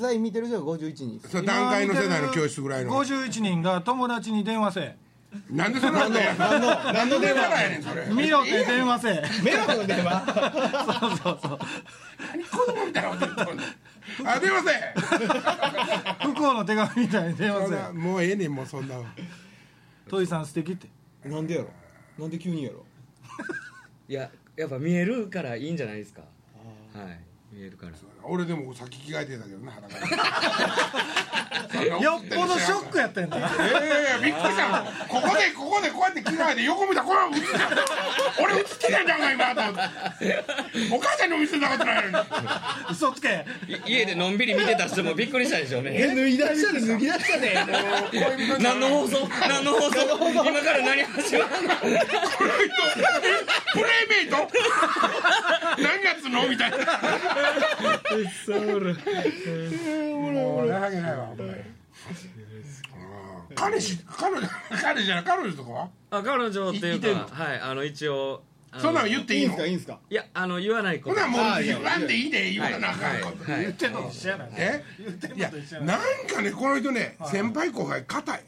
在見てる人が51人
それ段階の世代の教室ぐらいの
51人が友達に電話せ
なんでそれなんだよ
何の何の電話
やねんそれ
見ろって電話せ
迷惑の電話
そうそうそう
子供みたいなこと言ってるあ出ませ
不幸の手紙みたいに電話
ん
せ
もうええねんもうそん なの
トイさん素敵って
なんでやろなんで急にやろ
いややっぱ見えるからいいんじゃないですかはい見えるから
俺でもさっき着替えてたけどな裸で
よっぽどショックやったんだな
ええびっくりしたここでここでこうやって着替えて横見たらこれ映ってた俺映ってたんじゃんか今と思ってお母さんにも見せたことないのに
嘘つけ
い家でのんびり見てた人もびっくりしたでしょうね
脱いだしたで脱ぎ出したで
恋人じゃ
何
な
の
い
放送何の放送今から何始まる
この人プレイメイト何月のみたいなもう情けないわお前彼氏彼女彼氏じゃない彼女とかは
あ彼女ってい
いうてんの
かはいあの一応あの
そんなの言ってい
いい
い
ん
の
すかいいんすか
いやあの言わないこ
ほ
と
なもう
ああいや
言わんでいいで言わなあかんこと
はい
言ってんのと一緒やな
え
言ってん
い
の
や
と一緒や
なんかねこの人ね先輩後輩硬い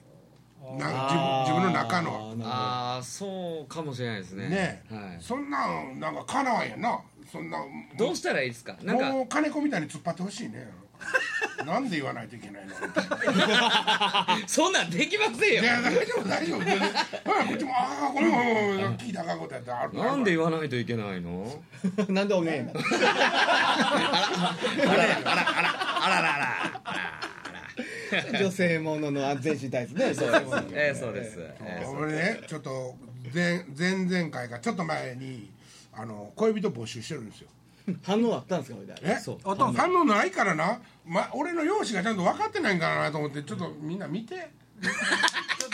あ
な自分自分の中の
の
ああそうかもしれないですね
ね
はい、
そんなんなんかかなわんやなそんな
どうしたらいいですかなんか
もう金子みたいに突っ張ってほしいねなんで言わないといけない の
そんなんできませんよ
いや大丈夫大丈夫全然ほらこっちもああこれも聞いたかんことやったらあるから
なんで言わないといけないの
なんでおめえな
あらあらあらあらあらあ
女性ものの安全身体ですねそう
らえー、そうです、えーそう
俺ねちょっと前前々回かちょっと前にあの恋人募集してるんですよ
反応あったんですかみたいな
え
そう
あったんすか
反応ないからな、ま、俺の容姿がちゃんと分かってないんかなと思ってちょっとみんな見て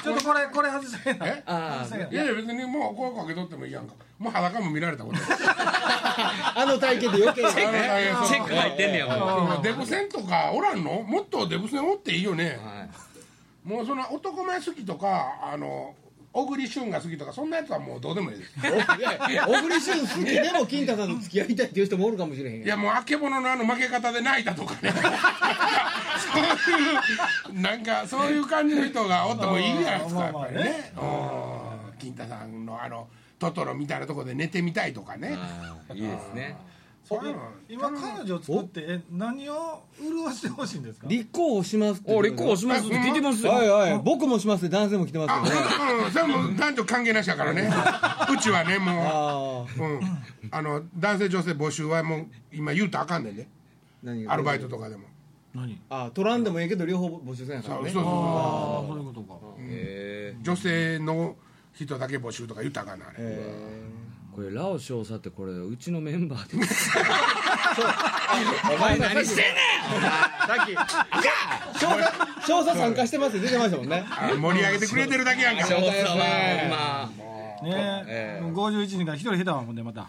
ちょっとこれこれ外せな
え
あ
外せない
やいや別にもう声かけとってもいいやんかもう裸も見られた ことない
あの体験で余計 な
あのあれ
あ
そう
チェック入ってんねやもう、は
そうデブ戦とかおらんのもっとデブ戦おっていいよね
い、
もうその男前好きとかあの小栗旬が好きとかそんなやつはもうどうでもいいです
おいやいや小栗旬好きでも金太さんと付き合いたいっていう人もおるかもしれへん
いやもうあけぼののあの負け方で泣いたとかねそういうなんかそういう感じの人がおってもいいじゃないですか
まあ
やっ
まあ
ぱりねうん金太さんのあのトトロみたいなとこで寝てみたいとかね
あーいいですね
そういうの
今彼女を作ってえ何を潤してほしいんですか
立候補しますって
お立候補
し
しますって聞いてますよ、
はいはい僕もしますって男性も来てますよね
あうんそれはもう男女関係なしだからねうちはねも
ああ
う、うん、あの男性女性募集はもう今言うとあかんねんね
何が
アルバイトとかでも
何
あ取らんでもええけど両方募集せなあか
そ
ら
う
ね
そうそ
ああそういうことか
え
う女性の人だけ募集とか言うとあかんねんあれ
え
ーこれラオ少佐ってこれうちのメンバーで
ーお前
何してんね
調査調査参加してますって出てましたもんね
あ盛り上げてくれてるだけやん
ん
か
少佐はほんま
ねえ
ええ
51人から一人下手はほんでまた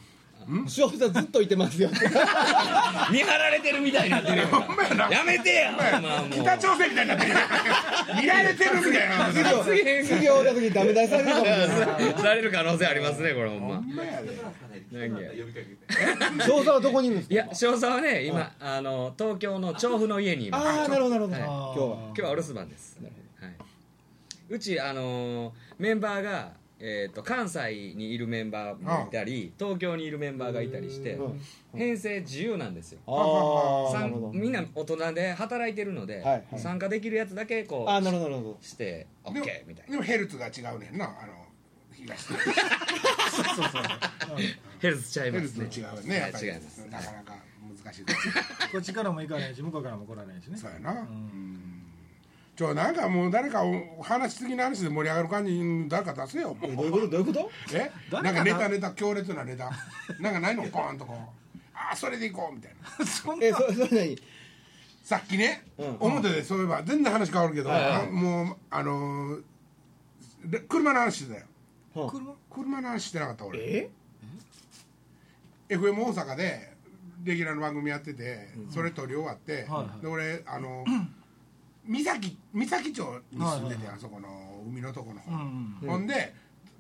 調査ずっといてますよ
見張られてるみたいになってるよ
ほんまやな
やめてやほんまもう
北朝鮮みたいになってる見られてるみたいなことだ
次次おった時ダメ出しされるかもしれない
される可能性ありますねこれほんま何や
調査はどこにいるんです
い
か
や少佐はね今あの東京の調布の家にいます
ああなるほどなるほど、
はい
今日は
今日はお留守番です、はい、うちあのーメンバーが、えー、と関西にいるメンバーもいたり東京にいるメンバーがいたりして
うん
編成自由なんですよ
ああな
参
るほど
みんな大人で働いてるので、
はいはい
参加できるやつだけこ
ああな
う
るほどなるほど
して
でも
OK みたいな
でもヘルツが違うねんなあの東と
ヘルスちゃい
ヘ
ま
ル
す
ツの
ね
違うねやっぱり
違います
なかなか難しいです
こっちからも行かないし向こうからも来らないしね
そうやなうんちょなんかもう誰かお話しすぎの話で盛り上がる感じに誰か出せよも
え
う
どういうことどういうこと
えな
誰かな
んかネタネタ強烈なネタなんかないのポーンとこうああそれでいこうみたいな
そんな
えそそれ何
さっきね、
うん
表でそういえば全然話変わるけど、
はいはい
あもうあのーで車の話してたよ
は
車
車の話してなかった俺
え
FM 大阪でレギュラーの番組やってて、それ撮り終わって、
はいはい
で俺 あのー三崎三崎町に住んでて、
はいはい
あそこの海のとこの方、
うんうん
ほんで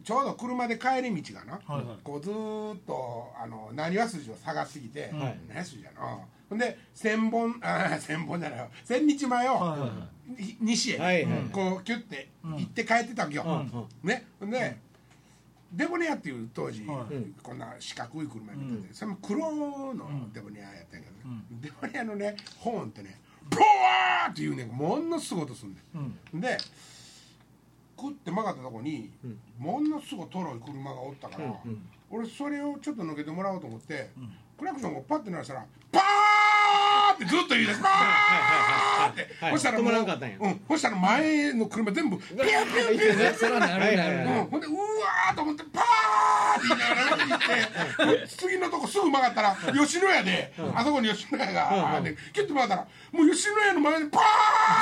ちょうど車で帰り道がな、
はいはい
こうずーっとあの何わ筋を探しすぎて、
はい
何わ筋やなほんで千本あ千本じゃないよ千日前を、
はいはいは
に西へね、
はいはい
こうキュッて行って帰ってたわけよ、ねほんで、デボニアっていう当時、
はい
こんな四角い車に乗ってて、それも黒のデボニアやったんやけどね、デボニアのねホーンってねボワーっていうねものすごい音すんね、ん、でクッて曲がったとこに、ものすごいとろい車がおったから、俺それをちょっと抜けてもらおうと思って、クラクションをパッて鳴らしたらパーってずっと言うですパーって、
はい
そしたら
止まら
も
んかったんや
う、うん、そしたら前の車全部ピューピューピュー
ね
そらなるなる
うん、ほんでうわーと思ってパーって言いながら見に行って次のとこすぐ曲がったら吉野家で、あそこに吉野家があってキュッと曲がったらもう吉野家の前でパ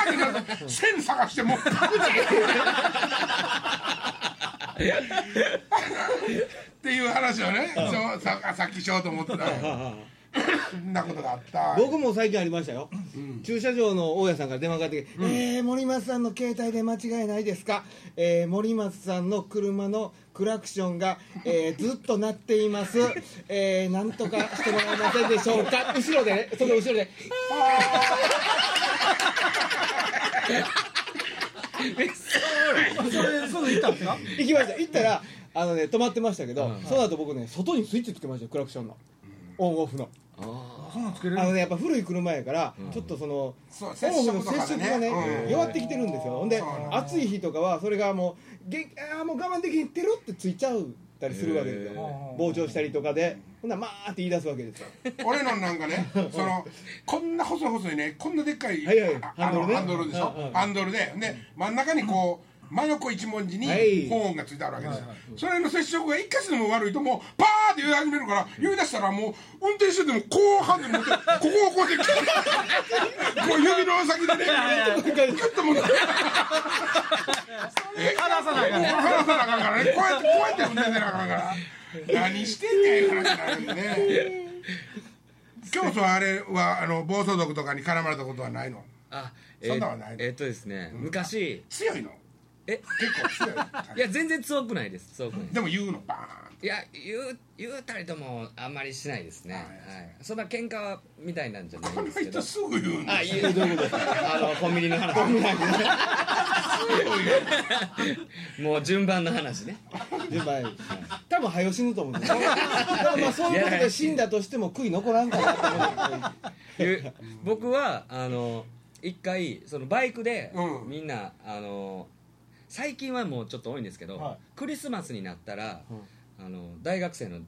ーってなって線探してもうパクチーっていう話をね、そうささっきしようと思ってたそんなことがあった
僕も最近ありましたよ、駐車場の大家さんから電話がかかってきて、えー、森松さんの携帯で間違いないですか、えー、森松さんの車のクラクションが、えー、ずっと鳴っています、えー、なんとかしてもらえませんでしょうか後ろでねその後ろで
それすぐ行ったんですか
行きました行ったらあのね止まってましたけど、その後僕ね外にスイッチつけましたよクラクションの、オンオフの
あ
そんなんつけれる
あのねやっぱ古い車やから、ちょっとその
そう
オンオフの接触がね、
うん
弱ってきてるんですよほんで
そうなんだ
暑い日とかはそれがもうげあーもう我慢できへんってろってついちゃうたりするわけです
へ
よ
ー
膨張したりとかでほんならまーって言い出すわけですよ
俺のなんかねそのこんな細い細いねこんなでっかい
はいはい
あ
ハンドルね
あのハンドルでしょ、
うんうん
ハンドルでで真ん中にこう真横一文字に
はい
本音がついてあるわけですよ、それの接触が一箇所でも悪いともうパーって言い始めるから言い出したらもう運転しててもこうハンドル持ってここをこうやってこう指の先でねキュッと持って
離さなあかんね
離さなあかんからねこうやってこうやって運転せなあかんから何してんねんいう話になるんでね京都はあれはあの暴走族とかに絡まれたことはないの
あえ
そんなのはない
ーえーっとですね昔
強いの
え
結構強い
いや全然強くないです強くない
でも言うのバーン
いや言う言うたりともあんまりしないですね、は
はいい
そんな喧嘩みたいなんじゃない
こ
ん
の
ですけ ど
人すぐ言うの
あ言うどういうことあのコンビニの 話 もう順番の話ね
順番に多分早死ぬと思うんですよ多分まあそういうことで死んだとしても悔い残らんかなと思うんですよ
いう僕はあの一回そのバイクで、
うん
みんなあの最近はもうちょっと多いんですけど、
はい
クリスマスになったら、あの大学生の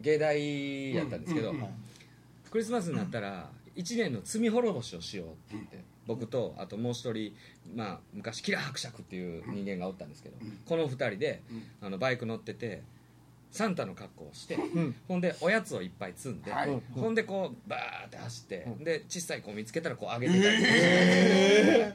芸大やったんですけど、
うんうんうん
クリスマスになったら1年の罪滅ぼしをしようって言って、僕とあともう一人、まあ、昔キラー伯爵っていう人間がおったんですけど、この二人で、あのバイク乗っててサンタの格好をして、
ん
ほんでおやつをいっぱい積んで、
はい
ほんでこうバーって走って、で小さい子見つけたらこう上げてたりとか
え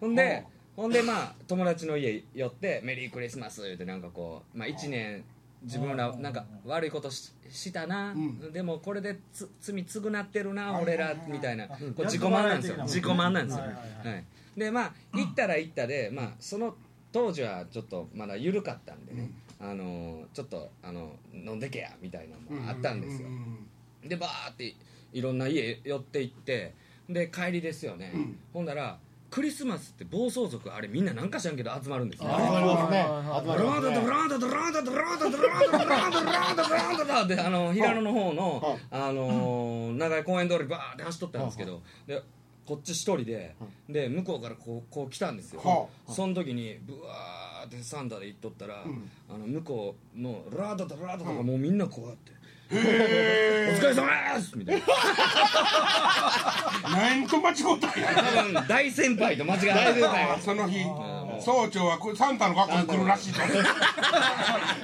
ほんで、ほんでまあ友達の家寄って「メリークリスマス」ってなんかこう、まあ、1年自分らなんか悪いことししたな、
ん
でもこれでつ罪償ってるな
はい
俺ら
はいはい
みたいなこう
やっと
自己満なんですよ
笑えて
自
き
己
たもんね
満なんですよ、
はいはいはい
はいでまあ行ったら行ったで、まあ、その当時はちょっとまだ緩かったんでね、あのちょっとあの飲んでけやみたいなのもあったんですよ、でバーっていろんな家寄って行ってで帰りですよね、ほんならクリスマスって暴走族あれみんななんか知らんけど集まるんですよ
あ
集まりますね集
ド
まり
ロ
ます
ンド
ね
ドロンドドロンドドロンドドロンドドロンドドロンドドロンドドロンドであの平野の方のあのー長い公園通りバーって走っとったんですけどでこっち一人でで向こうからこうこう来たんですよ
は
その時にブワーってサンダーで行っとったらあの向こうのラードドラードとかもうみんなこうやって「お疲れ様です!」みたいな
何と間違うたんや
多分大先輩と間違えられてたよ
その日総長はサンタの格好に来るらしいと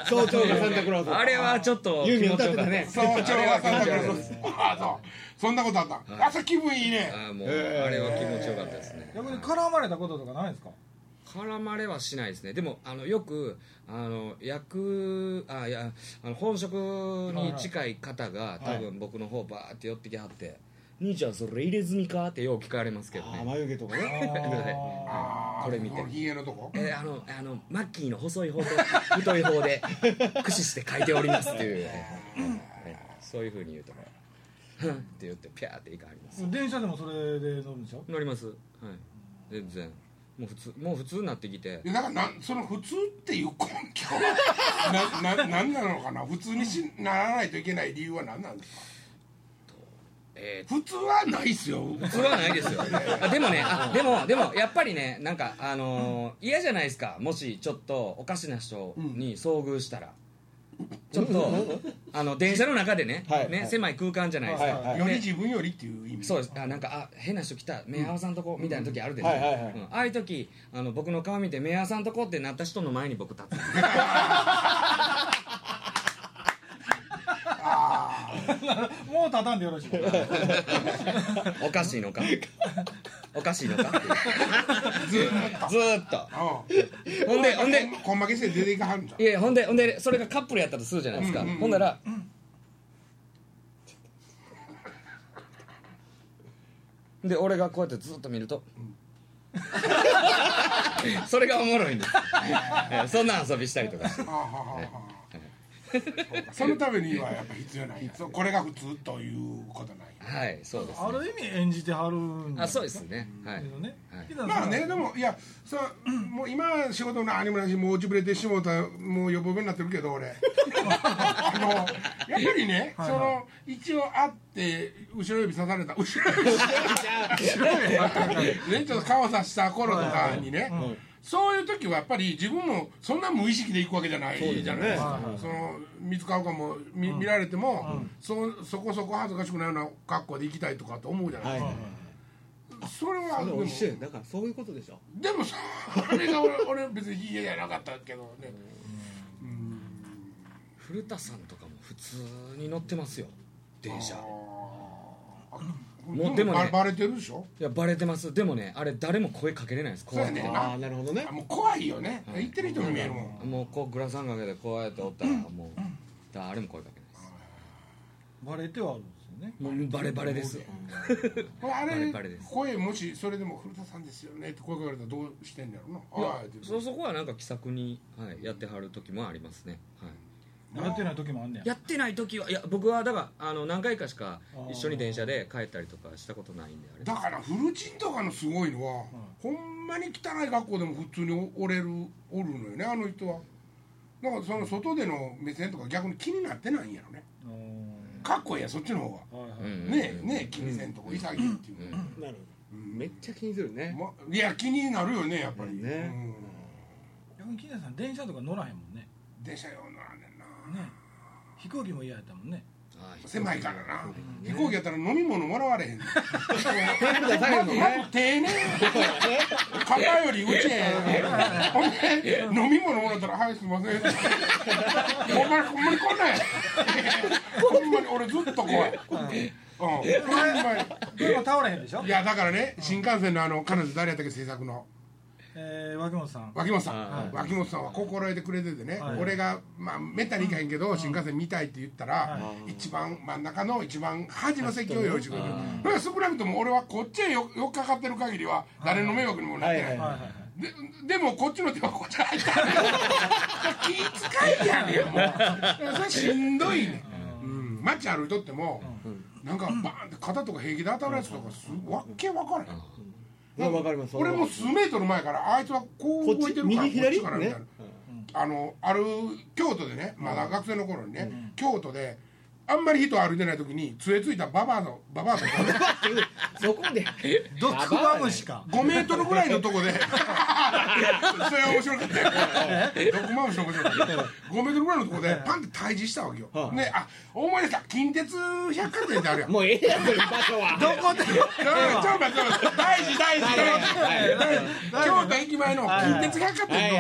早朝がサンタクロース
あれはちょっと
ユー
気
ミン
持ち
歌っ
よ
てた
かっ
ね
たね
総長はサンタクロースあそうそんなことあった朝気分いいね
あーもうあれは気持ちよかったですね
逆に絡まれたこととかないんですか
絡まれはしないですねでもあのよくあの役あいやあの本職に近い方が多分僕の方バーって寄ってきはって「兄ちゃんそれ入れ墨か?」ってよう聞かれますけど
あー
ね
眉毛とかね
あ
これ見て
ひげのとこ
えーあのあのマッキーの細い方と太い方で駆使して書いておりますっていう、ねそういうふうに言うとね「ふん」って言ってピャーっていかはります
ー電車でもそれで乗るんでしょ
乗りますはい全然もう普通もう普通になってきて
いやだからなんその普通っていう根拠はなななんなのかな普通にしならないといけない理由は何なんですか
えー
普通はないっすよ
普通はないですよあでもねあでもでもやっぱりねなんかあのー嫌じゃないですかもしちょっとおかしな人に遭遇したら、ちょっとあの電車の中でね,、
はい
ね
はい
狭い空間じゃないですか、
はいはい
より
ね
自分よりっていう意味
そうですあなんかあ変な人来た目合わさんとこみたいな時あるでしょ、
はいはいはい
うんああいう時あの僕の顔見て目合わさんとこってなった人の前に僕立つ
もう立たんでよろしい
おかしいの かおかしいのか
ずーっと
ずーっと
う
ほんでほんで
んこんまけして出ていかはるんだ
いやほんでほんでそれがカップルやったとするじゃないですか、
うんうんうん
ほんなら、で俺がこうやってずっと見ると、それがおもろいんですえそんな遊びしたりとかして
あはははそのためにはやっぱ必要なんやそうこれが普通ということなんや
はいそうです
あ
ね
る意味演じてはるん
あそう
で
ですねはい
けどね
はい
ひなさん
まあねでもいやさもう今仕事の何もなしもう落ちぶれてしもうたもう予防になってるけど俺 あのやっぱりね、その一応会って後ろ指刺された後ろ指ねちょっと顔さした頃とかにね、そういう時はやっぱり自分もそんな無意識で行くわけじゃないじゃないですかその見つかうかも見,、見られても、そそこそこ恥ずかしくないような格好で行きたいとかと思うじゃないですか、それは
あ
で
の
も
一緒やだからそういうことでしょ
でもそれが俺俺別に家じゃなかったけどね
古田さんとかも普通に乗ってますよ電車もうでもね
ババレてるでしょ
いやバレてますでもねあれ誰も声かけれないです
そう
怖
や
くて、
ねん
あ
な
あなるほどね
もう怖いよね言ってる人に見えるもん
もうこうグラサンかけてこうやっておったらもう誰も声かけないです
バレてはあるんですよね
もうバレバレです
これあ
バ
れ
レバレです
声もしそれでも古田さんですよねって声かけられたらどうしてんだろうない
や
ああって
そそこはなんか気さくに、はい、やってはる時もありますね、はい、
やってない時もあんねや
やってない時はいや僕はだからあの何回かしか
あー
一緒に電車で帰ったりとかしたことないんであれ
だからフルチンとかのすごいのは、ほんまに汚い学校でも普通に折れるおるのよねあの人はだからその外での目線とか逆に気になってないんやろね
うん
かっこいいやんそっちの方が
はいはい
うん
ねえねえ気にせんとこ潔いっていうの、
なるほどめっちゃ気にするね
ま、いや気になるよねやっぱり、
ね
逆に金田さん電車とか乗らへんもんね
うん、電車用のなんねんな
ね飛行機も嫌やったもんね
あー
狭いからな、飛行機やったら飲み物もらわれへんねん
手札下げるの
ま
ね
ず丁寧肩よりうちへほんで飲み物もらったら「はいすいません」お前ほんまに来ないほんまに俺ずっと怖いうんほんまに
でも倒れへんでしょ
いやだからね新幹線のあの彼女誰やったっけ制作の
えー脇本さん
脇本さん、
は
脇本さんは心得てくれててね、俺が、まあ、めったに行かへんけど、新幹線見たいって言ったら、一番真ん中の一番端の席を用意してくれてるだから少なくとも俺はこっちへよよっかかってる限りは誰の迷惑にもなってない、
はいは
は
い
いはいはい
ででもこっちの手はこっち入ったら気遣いやねんもうそれしんどいねん、うん、街歩いとっても、なんかバーンって肩とか平気で当たるやつとかすわっけわからへん、
まあわかります
俺も数メートル前からあいつはこう動いてる
こっ
から
ち右左
からみたいな、あのある京都でねまだ学生の頃にね、京都であんまり人歩いてない時に杖ついたババアのババアとか
そこで
毒バムシか
5メートルぐらいのとこで それは面白かったよ6万面白かったよ5メートルぐらいのとこでパンって退治したわけよ、
はい
ねあ思い出した近鉄百貨店ってあるやん
もうええやんそれ場所
どこ
は
で
ちょっと待ってちょっと待って大事大事大事京都駅前の近鉄百貨店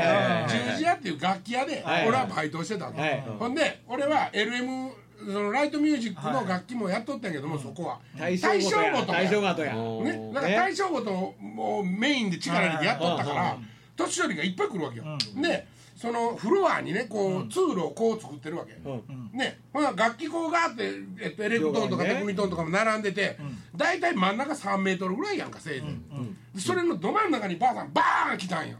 の十字屋っていう楽器屋で
はい
俺はバイトしてたわけ
はい
ほんで俺は LM そのライトミュージックの楽器もやっとったんやけどもそこは
大正
大正
ごとや
元
大正ごとや
おー
ねだから大正元をもうメインで力入れてやっとったから年寄りがいっぱい来るわけよでそのフロアにねこう通路をこう作ってるわけねほな楽器校があってえっとエレクトーンとかテクニトーンとかも並んでて大体真ん中3メートルぐらいやんかせいぜいそれのど真ん中にばあさんバーン来たんよ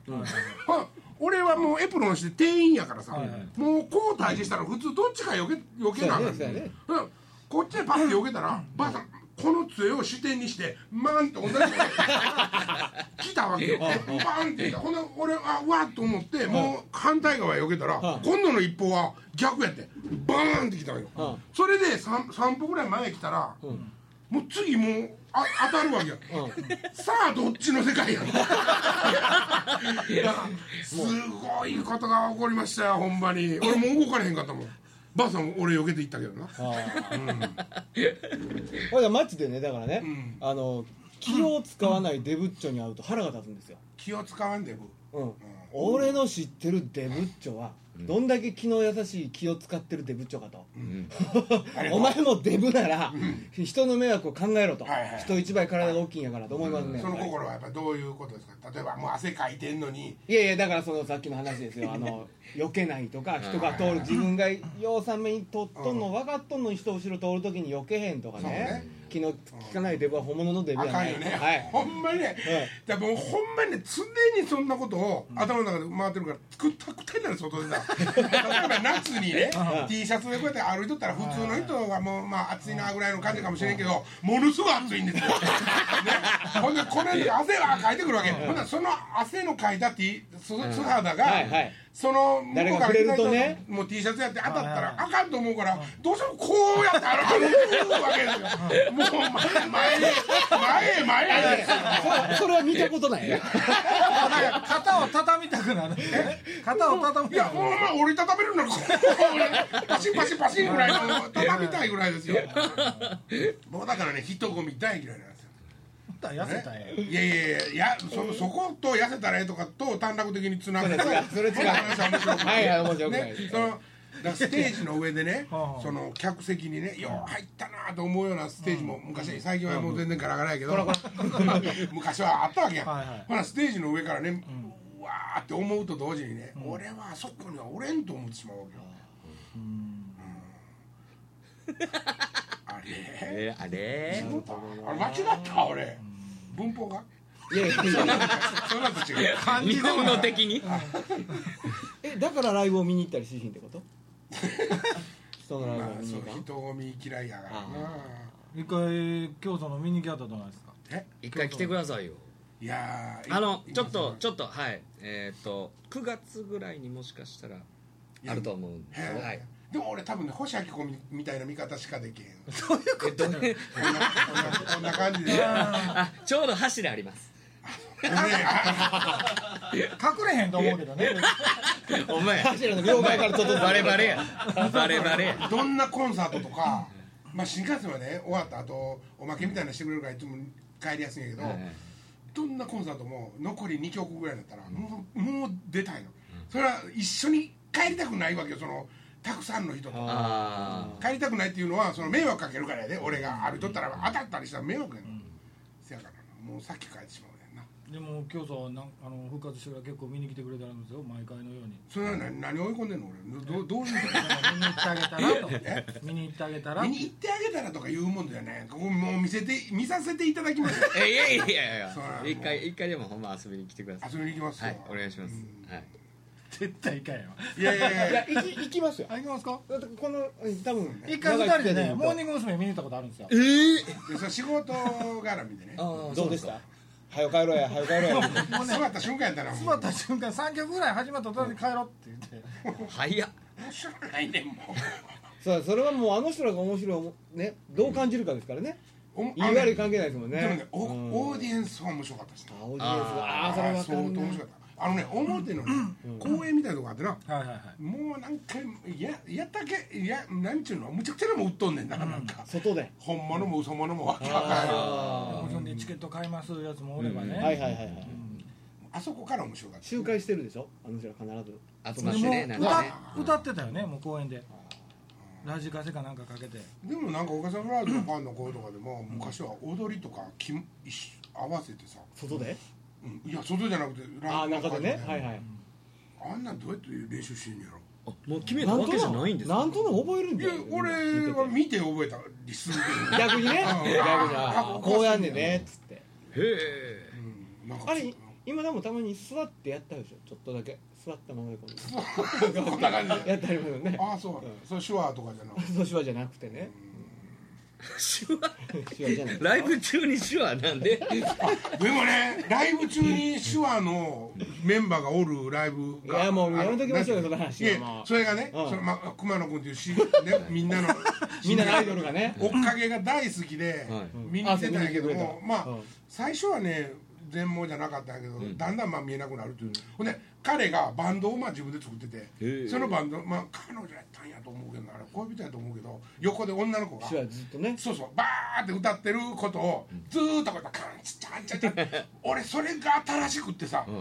ほな俺はもうエプロンして店員やからさもうこう退治したら普通どっちかよけよけなあかん
そうやねそうやね
ほなこっちでパッて避けたらばあさんこの杖を支点にしてマンって同じこと 来たわけよ。バーンって来た。ほんで俺あうわっと思ってもう反対側へ避けたら今度の一歩は逆やってバーンって来たわけよ。それで三三歩ぐらい前へ来たらもう次もうあ当たるわけよ。さあどっちの世界や。だからすごいことが起こりましたよほんまに。俺もう動かれへんかったもん。ばあさん俺避けていったけどな。
ほいでマッチでねだからね、あの気を使わないデブッチョに会うと腹が立つんですよ、
気を使わんで僕。
うん俺の知ってるデブッチョはどんだけ気の優しい気を使ってるデブッチョかと、 お前もデブなら人の迷惑を考えろと、
はいはい
人一倍体が大きいんやからと思いますね、
その心はやっぱりどういうことですか。例えばもう汗かいてんのに。
いやいやだからそのさっきの話ですよあ の避けないとか人が通る自分がようさん目にとっとんの分かっとんのに人後ろ通るときに避けへんとか
そう
ね
ね
気の利かないデブは本物のデブ
あ
や
か
なんい
よね、
はい
ほんまにね、だからもうほんまにね常にそんなことを頭の中で回ってるからくったくたになる外でさ例えば夏 にね T シャツでこうやって歩いとったら普通の人がもうまあ暑いなぐらいの感じかもしれんけどものすごい暑 いんですよ、ね、ほんでこれで汗がかいてくるわけほんならその汗のかいた T 素素肌が、
はいはい
その向こう
誰が
から
触れるとね
もう T シャツやって当たったらあかんと思うからどうしてもこうやって歩いてくるわけですよもう前前へ前へ前へですよ
それは見たことない よ
肩を畳みたくなる肩を畳
い
み
や
たく
もう
なる
まあ折りたためるならこうパシンパシンパシンぐらいの畳みたいぐらいですよ僕だからね人混み大嫌いなんですよ
痩せたらええ
いやいやいやいやそそこと痩せたらええとかと短絡的につなぐと
それ違うそれ違う
話は面白くな
はいはい面白くない
ねそのだからステージの上でね
はあ
その客席にねよう入ったなと思うようなステージも昔最近はもう全然ガラガラやけど 昔はあったわけや
はいはい
ほなステージの上からねうわーって思うと同時にね俺はあそこにはおれんと思ってしまうわけようんあれ
えーあれ
あれ間違った俺文法が
いやいや
そんなと 違う
日本の的に
えだからライブを見に行ったりしひんって こと人のライブ
ま
を
あ
見に行
そう
かん
人混み嫌いやからな
一回京都の見に来はったらどうなんですか
え
一回来てくださいよ
いやー
あのちょっと
今
ちょっとはいえーっと9月ぐらいにもしかしたらあると思うんで
へー
はい
でも俺多分ね星明子みたいな見方しかできへん
えっとね
こんなこんなこんな感じで
あちょうど柱あります
俺ねあ
隠れへんと思うけどね
お前
柱の両側からちょっと
バレバ レやバレバレや
どんなコンサートとかまあ新幹線はね終わった後おまけみたいなのしてくれるからいつも帰りやすいんやけど、どんなコンサートも残り2曲ぐらいだったらもうもう出たいのそれは一緒に帰りたくないわけよそのたくさんの人と
あ
帰りたくないっていうのはその迷惑かけるからやで俺が歩いとったら当たったりしたら迷惑やん、せやからもうさっき帰ってしまうねんな
でも京都なんあの復活してから結構見に来てくれたんですよ毎回のように
それは何何追い込んでんの俺どどういう
だから見に行ってあげたらと見に行ってあげたら
の見に行ってあげたらとか言うもんじゃないここもう見せて見させていただきます
あいやいやいやい
そうな
や
の
一回一回でもほんま遊びに来てください
遊びに行きますよ
はいお願いしますはい
絶対行かんよ
いやいやい
い
や
や行き行きますよ
あ行きますか
だってこの多分
一回二人でねモー
う
ニング娘。見に行ったことあるんですよ
でそれ仕事絡みでね
どうでしたはよ帰ろうやはよ帰ろうや
座った瞬間やったらもう
座った瞬間3曲ぐらい始まった途端に帰ろうって言って
早っ
面白ないねんも
そうそれはもうあの人らが面白いもねどう感じるかですからね、
うお
いわゆる関係ないですもんね
でもねお
うん
オーディエンスは面白かったですね
あオーディエンスああーそれは
ー相当面白かったあのね表のね公園みたいなとこあってな
はいはいはい
もう何回もいややったけいやなんちゅうのむちゃくちゃなもん売っとんねんななんか
外で
本物も嘘物もわけわからん
もちろんねチケット買いますやつもおればね、
はいはいはいはい
あそこから面白かった
集会してるでしょあの人ら必ず
集
で
まっ
も
てねなんかね
歌歌ってたよねもう公園でラジカセかなんかかけて
でもなんかおかさんフラワーズのファンの子とかでも昔は踊りとかき一緒合わせてさ、
外で
うんいや外じゃなくて
ああ
ラ
な
ウン
ん
ド
か
と
で
か
ねはいはい
あんなんどうやって練習してんのやろ
あもう決めたわけじゃないんですか
なんとなく覚えるん
い
だ
や
よ
俺は見て覚えたりするけど、
逆にね逆にあーこうやんねんねっつって
へえ
うん、なんか
あれ今でもたまに座ってやったでしょちょっとだけ座ったままでこう
こんな感じ で
やってありますよね
ああそう、それ手話とかじゃなくて
そう手話じゃなくてね
手話
手話じゃなくて
ライブ中に手話なんで
でもねライブ中に手話のメンバーがおるライブが
いやもうやめときましょうよ
あ
その
の
話
い
は
や
もう
それがね、
うん
そのま、熊野君っていう し、ね、みんなの
みんなのアイドルがね
追っかけが大好きで、
はい
見に来てたんやけど
あそう見に来てくれ
も
た
まあ、
うん
最初はね全盲じゃなかったんやけど、だんだんまあ見えなくなるという、ほんで彼がバンドをまあ自分で作ってて
え
そのバンド、まあ、彼女やったんやと思うけどなあれ恋人やと思うけど横で女の子が
手話ずっとね
そうそうバーって歌ってることをずーっとこうやってカンチャンチャンチャン俺それが新しくってさ、う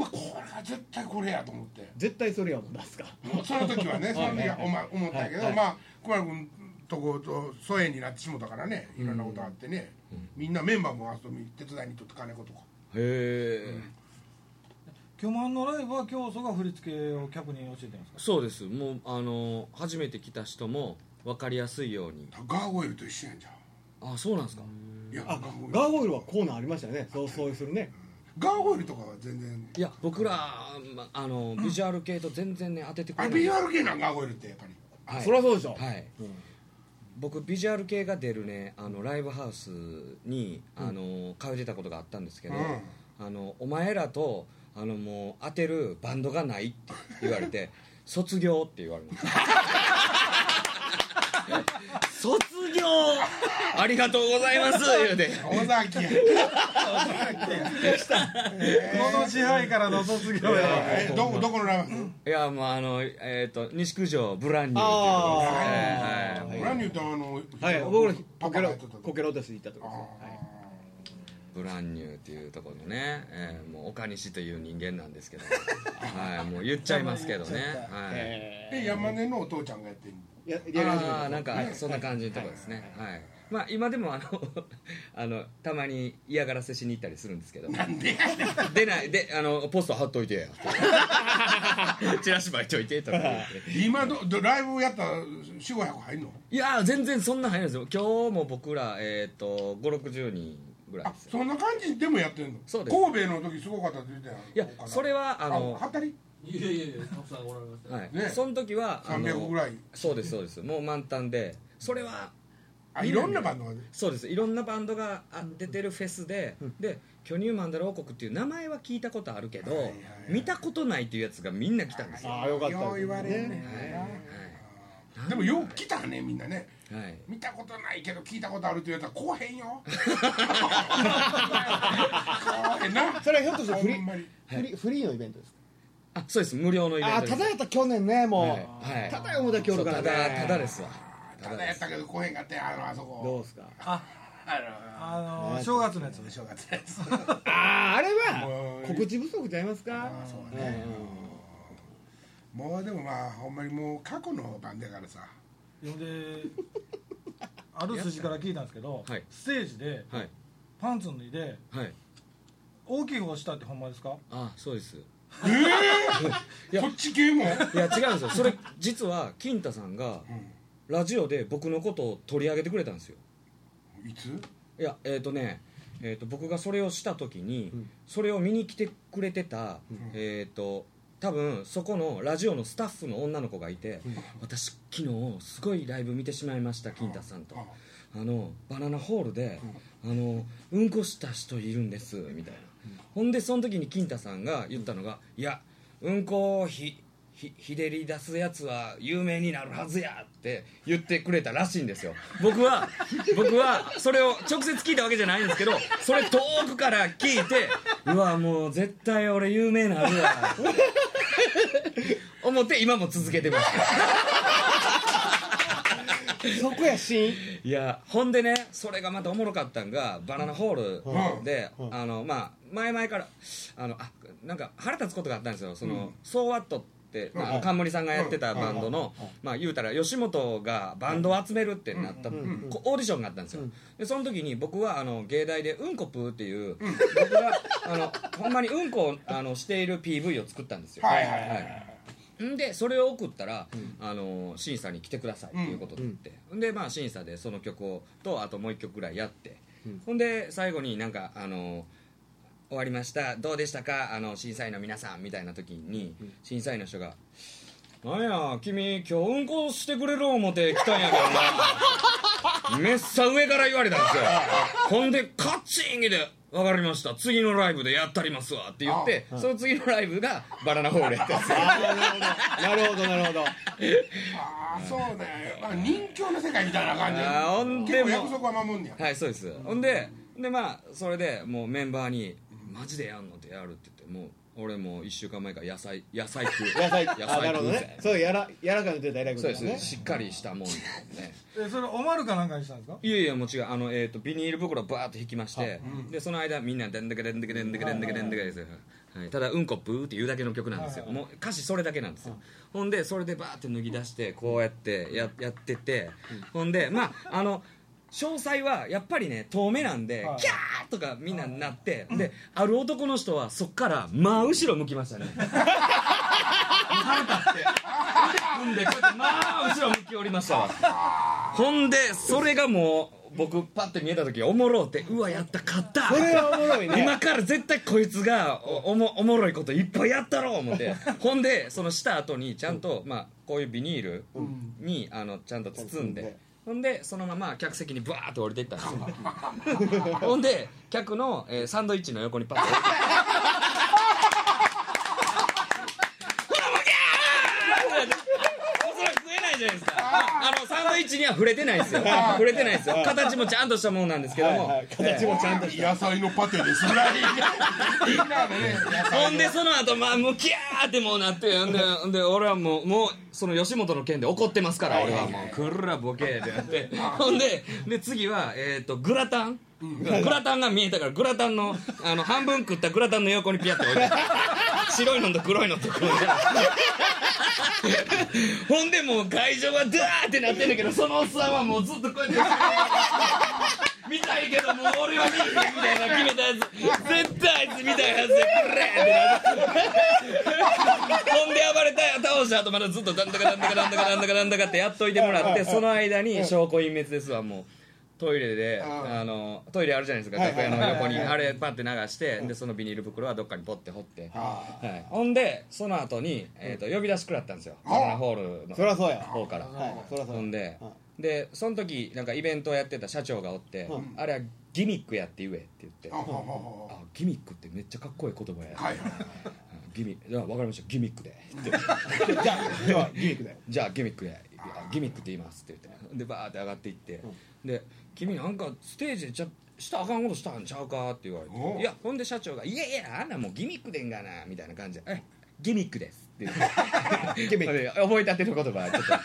わこれは絶対これやと思って
絶対それやもん出すか
その 時はねその時はお前思ったけど、
はいはい
まあ熊野君とこと疎遠になってしもたからねいろんなことあってね、みんなメンバーも遊び手伝いにとって金子とか
へえ
巨万のライブは教祖が振り付けを客に教えてるんですか
そうですもうあの初めて来た人も分かりやすいように
ガーゴイルと一緒やんじゃん
あそうなんですか
いや
あ
ガーゴイル
ガーゴイルはコーナーありましたよねそうそうするね
ガーゴイルとかは全然
いや僕らまあのビジュアル系と全然ね当ててく
あ
れない
ビジュアル系なんガーゴイルってやっぱり
は
そりゃそうでしょ
はい、僕ビジュアル系が出るねあのライブハウスにあの通ってたことがあったんですけど、
う
あのお前らとあのもう当てるバンドがないって言われ て卒業って言われました卒業 ありがとうございます言うて
尾崎や
この支配からの卒業や
えどこどこのライブ
いやもうあのえっ、と西九条ブランニュー
あー
ってい
何言
うところですねはい
ったあの
はい僕ら
パ
こ
パ
け
が
ら
やってた
こけら落とし行ったとこですね
ブランニューっていうところのね、えーもう岡西という人間なんですけ ど、はい、もう言っちゃいますけど ね、
はい
は
え
で山根のお父ちゃんがやってる
ーや
い、
やり始め
あ
た
ーなんかそんな感じのところですね、はいまあ、今でもあの あのたまに嫌がらせしに行ったりするんですけど、
なんで
出ない、であのポスト貼っといてやって、チラシ巻いといてとか言って。
今どどライブやったら4500入んの
いやー全然そんな早いですよ今日も僕ら、えー、と560人ぐらい
あ
ですよ
そんな感じでもやってんの
そうです
神戸の時すごかったって言ってた
いやそれはあの
はたり
いやいやいや、たくさんおられました。
はい、
ね
その時はあの
300ぐらい
そうですそうですもう満タンでそれは
あいろんなバンドがね
そうですいろんなバンドがあ出てるフェスで、で巨乳マンダラ王国っていう名前は聞いたことあるけど、
はいはい
見たことないっていうやつがみんな来たんですよは
あーよかった
よう言われんねんなでもよく来たねみんなね
い、はい、
見たことないけど聞いたことあるって言われたらこうへ んよこうへんな
それはひょっとしてフリ
ほんまに
フリフリーのイベントですか
あそうです無料のイベント
あー
です
ただやった去年ねもう、
はいはい
ただや思うだけおるからね
そうただただですわ
ただやったけどこうへんかったよあのあそこ
どうですかあ
あ
あのー正月のやつ
の正月のやつ
あーあれ
も
は
う
告知不足ちゃいますか
あそう
うん
ねもうでもまあほんまにもう過去のバンドやからさ
呼んである筋から聞いたんですけど、
はい
ステージで
はい
パンツ脱いで
はい
大きい方したってほんまですか
あそうです
ええこっち系も
いや違うんですよそれ実は金太さんがラジオで僕のことを取り上げてくれたんですよ
いつ
いやえっ、とね、えー、と僕がそれをした時に、それを見に来てくれてた、えっ、と多分そこのラジオのスタッフの女の子がいて、私昨日すごいライブ見てしまいました金太さんと、あのバナナホールで、あのうんこした人いるんですみたいな、ほんでその時に金太さんが言ったのが「いやうんこをひひひでり出すやつは有名になるはずや」って言ってくれたらしいんですよ僕 は僕はそれを直接聞いたわけじゃないんですけどそれ遠くから聞いてうわもう絶対俺有名なるわ思って今も続けてます
そこやシーン
いやほんでねそれがまたおもろかったんがバナナホールで、
うん
あのまあ前々からあのあなんか腹立つことがあったんですよその、ソーワットって、まああの冠さんがやってたバンドの、まあ言うたら吉本がバンドを集めるってなった、こオーディションがあったんですよ、でその時に僕はあの芸大で「うんこぷー」っていう、僕があのほんまにうんこをあのしている PV を作ったんですよ
はいはいはい
んでそれを送ったら、あの審査に来てくださいっていうことで言って、んでまあ審査でその曲をとあともう一曲ぐらいやって、ほんで最後になんかあの終わりましたどうでしたかあの審査員の皆さんみたいな時に、審査員の人が「なんや君今日運行してくれる思て来たんやけど な」めっさ上から言われたんですよほんでカッチンギで「分かりました次のライブでやったりますわ」って言ってその次のライブがバナナホールやったんですよ
なるほどなるほど
ああそうねまあ人形の世界みたいな感じ
あーほん
結
で
構
も
約束は守んねや
はいそうです、ほんででまあそれでもうメンバーに「マジでやんの?」ってやるって言ってもう俺もう1週間前から野菜野菜食う
野菜
野
あな
菜
る
食
ほど
う
ね
ぜ
そうやらやらかの出た偉いこ
そ
と
う
だ
で
ね
すしっかりしたもんですね
えそれおまるかなんかにしたんですか
いやいやもう違うあの、えー、とビニール袋バーッと引きまして、でその間みんな「でんでけでんでけでんでけでんでけでんでけ」ですよ、はい、ただ「うんこブー」って言うだけの曲なんですよ、もう歌詞それだけなんですよ、ほんでそれでバーッて脱ぎ出してこうやってややってて、ほんでまああの詳細はやっぱりね遠目なんで、
はい
キャーとかみんななって、である男の人はそっから真後ろ向きましたね腹立って腕組んでこうやって真後ろ向きおりましたわほんでそれがもう僕パッて見えた時おもろってうわやった勝った
それはおもろいね
今から絶対こいつがおおもおもろいこといっぱいやったろう思ってほんでそのした後にちゃんと、まあ、こういうビニールに、あのちゃんと包んで。ほんでそのまま客席にバーって降りていったんですよ ほんで客の、えーサンドイッチの横にパッて置いて それは食えないじゃないですかあのサンドイッチには触れてないですよ触れてないですよ形もちゃんとしたものなんですけども、
はい形もちゃんとして
野菜のパテですぐ らいみんなのね野
ほ
菜
んでその後まあもうキャーってもうなってほ んでほんで俺はもうもうその吉本の件で怒ってますから俺はもうくらボケーってな ってほんでで次はえっとグラタングラタンが見えたからグラタンのあの半分食ったグラタンの横にピヤッて置い て白いのと黒いのと黒いの ほんでもう会場がドゥワーってなってんだけどそのおっさんはもうずっとこうやって見たいけどもう俺は見えへんみたいな決めたやつ絶対あいつ見たいはずでくれってなってほんで暴れたや倒した後まだずっとなんだかなんだかなんだかなんだかなんだかってやっといてもらってその間に証拠隠滅ですわもう。トイレであのトイレあるじゃないですか楽屋の横にあれパッて流してでそのビニール袋はどっかにポッて掘って、はい、ほんでその後に、えー、と呼び出し食らったんですよコロナホールの
そりゃそうや
方から、
はいそりゃそう
ほ
や
んで
は
でその時なんかイベントをやってた社長がおって、あれはギミックやって言えって言って、
あはは
あギミックってめっちゃかっこいい言葉や、
ははい
ギミじゃあ分かりましたギミックでって
じゃあではギミックで
じゃあギミックであギミックって言いますって言ってでバーって上がっていって、で君なんかステージでちゃしたらあかんことしたんちゃうかって言われ
おう
ていやほんで社長が「いやいやあんなもうギミックでんがな」みたいな感じでえ「ギミックです」って 言って
ギミック
で 覚えたてる言葉ちょっと、 は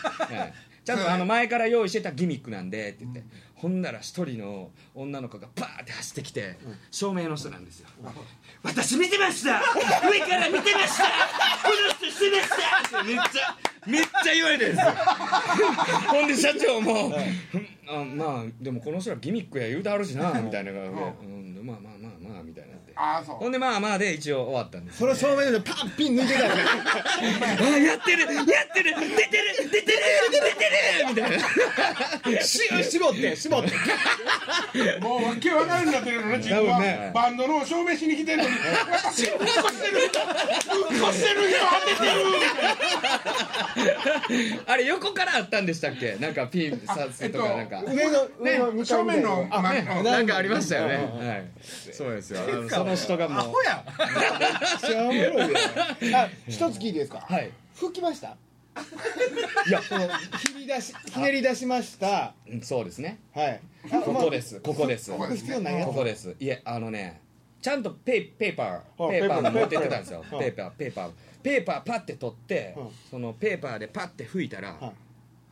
いちゃんとあの前から用意してたギミックなんでって言って、ほんなら一人の女の子がバーって走ってきて、照明の人なんですよ、私見てました上から見てましたこの人してましたってめっちゃめっちゃ言われてるん ですよほんで社長も「あまあでもこの人らギミックや言うてはるしな」みたいな感じで「うんまあまあまあまあ」みたいになって
ああそう
ほんでまあまあで一応終わったんです
それを正面でパンピン抜いてたよね
あやってるやってる出てる出てる出てるみたいな
し絞って絞って
もうわけわからんようになってるのね自分
多
は、
分ね
バンドの証明しに来て るのに私うんこしてるうんこしてるよ当ててる
あれ横からあったんでしたっけなんかピンさすとかなんか、
上の上の
ね
二
正
階みたいな
面の
あ
ま
ねなんかありましたよね、はい、そうですよあのその人がもう
やめっちゃおもろいやんあ一つ聞いていいですか
はい
吹きました
いや
そのひり出しひねり出しました
うんそうですね
はい
ここですここです
ここです
必要ないやつ
ここですいえあのねちゃんとペイペーパ
あ
ーペー
ペー
パ
パー
ー持ってってたんですよ
ペーパ
ペ
ー
ーパーペーパーペーパーパッて取って
うん
そのペーパーでパッて拭いたら
は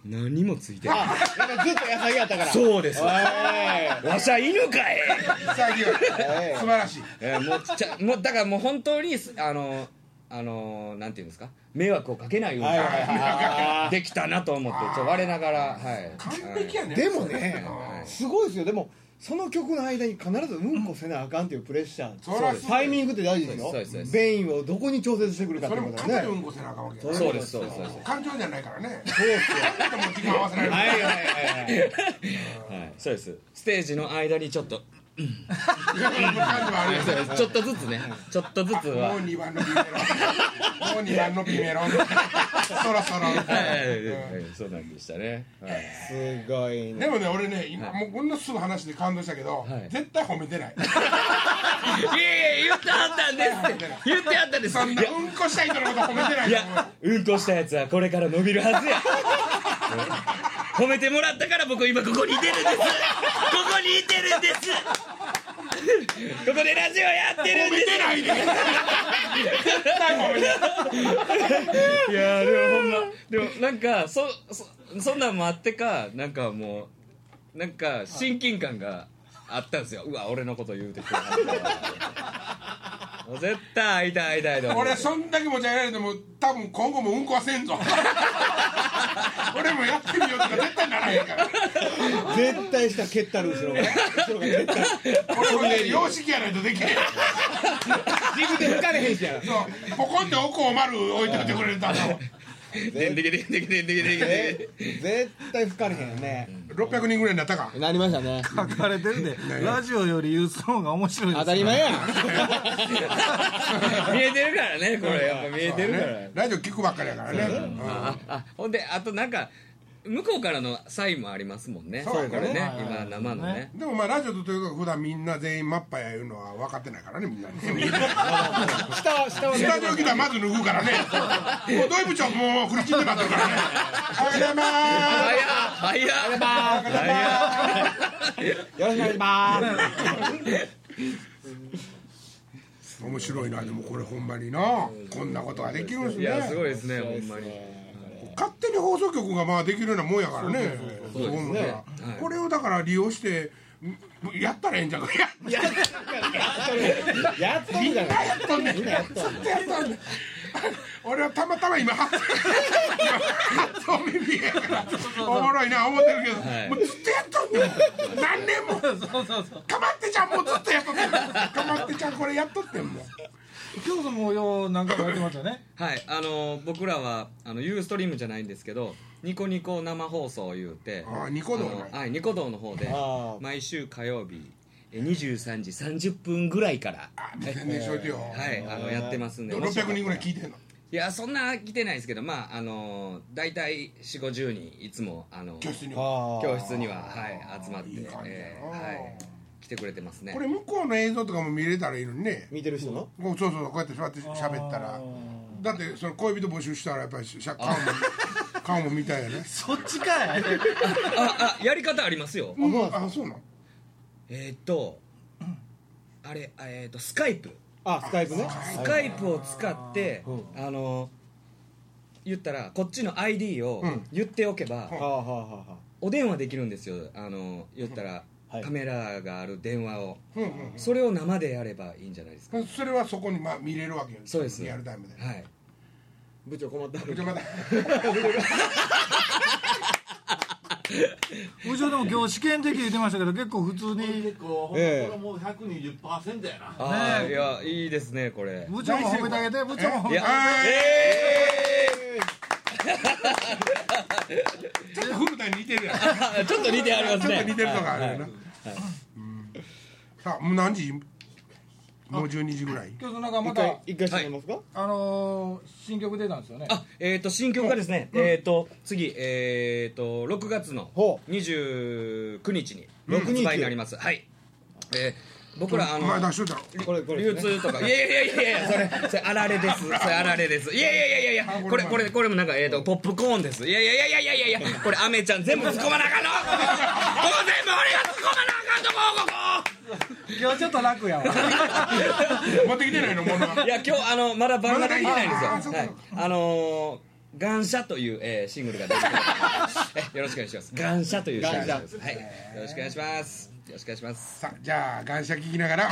何もついてない
あなんかずっと野菜やったからう
そうですわ
は
しゃ犬かい
潔い素晴らしい
えーもうちゃもうだからもう本当にすあのあのなんていうんですか迷惑をかけないよう
いはいはい
に
はい
できたなと思ってちょ我ながらはい
完璧やね
でもね
は、い
すごいですよ。でも、その曲の間に必ずうんこせなあかんっていうプレッシャー。
そらそうです
タイミングって大事ですよ
そうですそうで。す
便意をどこに調節してくるかっ
そ
て
れ
こ
も
と
肩
だ
で
よ
う
ね。
んこせなあかんわけ
そ
だ
そうですそうですそうです
感情じゃないからね
そうですよ
でも時間合わせられる
はいはいはいはい。
はいそうですステージの間にちょっと
感情はあるよね
ちょっとずつねちょっとずつは
もう2番のビメロンもう2番のビメロンそろそろ
はい、そうなんでしたね。はい、
すごい
で
ね。
もね俺ね今もうこんなすぐ話で感動したけど
はい
絶対褒めてない
いやいや、言ってはったんですって。言ってはったんです。
そん
い
な
や、
うんこした人のこと褒めてないと思う
いや、うんこしたやつはこれから伸びるは ずや。褒めてもらったから僕今ここにいてるんです。ここにいてるんです。ここでラジオやってるんです。
褒めてないで
いやーでもほんまでもなんかそそそんなんもあってかなんかもうなんか親近感があったんですようわ俺のこと言うてくれはったもう絶対会いたい会いたいと思っ て
俺そんだけ持ち上げられても多分今後もうんこはせん ぞ俺もやってみようとか絶対ならへんから
絶対した蹴ったる後ろが。後ろが絶対。
俺もね様式やないとできへん
自分で吹かれへんしや。
そうポコンって奥を丸置いておいてくれたの
でんでけでんでけでんでけでんでけ
え絶対吹かれへんよね
600人ぐらいになったか
なりましたね
書かれてるんでラジオよりユースの方が面白いです
当たり前 やん
見えてるからねこれやっぱ見えてるから、
ねラジオ聞くばっかりやからねうん
ああほんであとなんか向こうからのサインもありますもんね
そうやね
これね
はい
今生のね
でもまあラジオとというか普段みんな全員マッパやいうのは分かってないからねみんな ね
下は下は
スタジオ来たらまず脱ぐ からねもうドイ部長もう苦しんでなってるからねおはようございま
早っ早っ
よろしくお願いします
す面白いなでもこれほんまになこんなことができるんす
いやすごい
ね
ですねほんまに
勝手に放送局がまあできるようなもんやからねそう思うたらこれをだから利用してんやったらええん じゃんかいや
やっとるじゃない
やっとんねんやっとんねんやっとんねん俺はたまたま今初今初耳やからおもろいな思ってるけど、
はい
もうずっとやっとんねん何年もかまってちゃんもうずっとやっとってんかまってちゃんこれやっとってんもん
今日の模様何回かやってましたね
はいあの僕らはあのユーストリームじゃないんですけどニコニコ生放送言うて
あーニコ動
あのはいニコ動の方で
あー
毎週火曜日え23時30分ぐらいから
宣伝しといてよ、
はいあのやってますんでもしよか
600人
ったら
ぐらい聞いてんの
いやそんな来てないですけどまああの大体4 5 0人いつもあの
教室に
あ
は
ー
教室にははい集まって
いい感じやな
えーはい来てくれてますね
これ向こうの映像とかも見れたらいいのにね
見てる人の
こうそうそうこうやって座って喋ったらだってその恋人募集したらやっぱりしゃ顔も顔も見たいよね
そっちかい
ああやり方ありますよ
うんあそうなの
えーっとあれあえーっとスカイプ
あスカイプね
スカイプを使ってあの言ったらこっちの ID を
うん
言っておけば
はあはあはあは
お電話できるんですよあの言ったら
はい
カメラがある電話を
うんうん
それを生でやればいいんじゃないですか
それはそこにまあ見れるわけよ
そうです
リアルタイムで
はい
あ部長困った
じゃあまた
部長でも今日試験的言ってましたけど結構普通に
結構、こ
ええ
れもう120%やな。
あーいやいいですねこれ
部長も褒めてあげて部長も褒め
い
て
や
あ
え
ちょっと古田に似てるやん
ー ちょっと似てありま
ちょ
す
っと
ね
似てるのがあるよなうんさあもう何時もう12時ぐらい
げて今日なんかま
一
た
回一回してみますか
あのー新曲出たんですよね
あえっ、と新曲がですね、えっ、と次えっ、と6月の
ほ
29日に
うん
発売になります、はい、えー僕らあの
前出しといたろ
これこれ
流
ですね
通とかいやいやいやいやそれそれあられですそれあられですいやいやいやいやいやこれこれこれもなんかえっ、とポップコーンですいやいやいやいやいやいやいやこれアメちゃん全部突っ込まなあかんのここ全部俺が突っ込まなあかんとこここ
今日ちょっと楽やわ
持ってきてないのもの
いや今日あのまだ番ができてないんですよ。
まだできてな
は
いあーそ
い
う、
あのー、ガンシャという、えー、シングルが出てきます。えよろしくお願いします。ガンシャというシングルです。はい、よろしくお願いします。よろしくお願い します。
さあじゃあ感謝聞きながら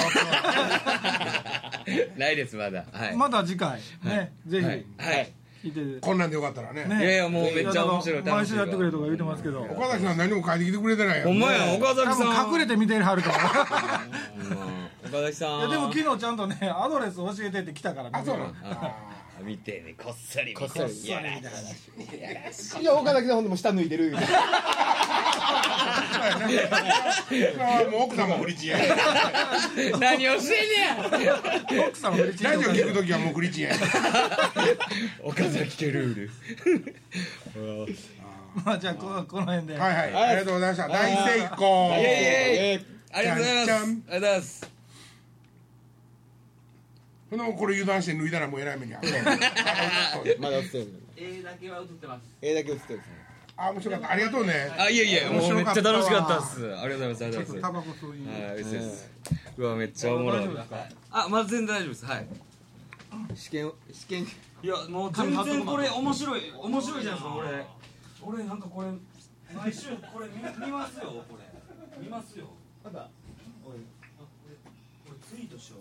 ないですまだ。はい。
まだ次回ね
は
ぜ
い。はい。
ひ聞いて
こんなんでよかったらね
ね
いやいやもうめっちゃ面白い
なんか毎週やってくれとか言
う
うてますけど
岡崎さん何も書いてきてくれてないやん
お前や岡
多
崎さん。
分隠れて見てるはるから
うん岡崎 さん。
いやでも昨日ちゃんとねアドレス教えてって来たからね
あそうなの
あ見てねこっそりこっ
そり
いやら
いや岡崎さんほんでも下脱いでる言うて
あーもう奥さんもフリチンや
何をしてんねや。
奥さん嬉しい
ラジ
と
オ
か
聞く時はもうフリチンや
岡崎ケルール。
まあじゃあこのこの辺で
はいはいありがとうございました大成功
イエイイエイ。
え
ありがとうございます。
じゃんじゃん
ありがとうございます。
ほんでもうこれ油断して脱いだらもうえらい目に遭う
ーまだ映って る
A だけは映ってます。
えだけ映ってる
あー面白かったありがとうね
あいやいやもうめっちゃ楽しかったっすありがとうございますありがとうござい
タ
ま
バコ吸い
すはい嬉しいですうわめっちゃおもろ
大
い
丈夫ですか
あまだ全然大丈夫ですはい
試験試験
いやもう全然これ面白い面白いじゃないですかこれ俺なんかこれ毎週これ見見ますよこれ見ますよまだ俺あこれこれツイートしよう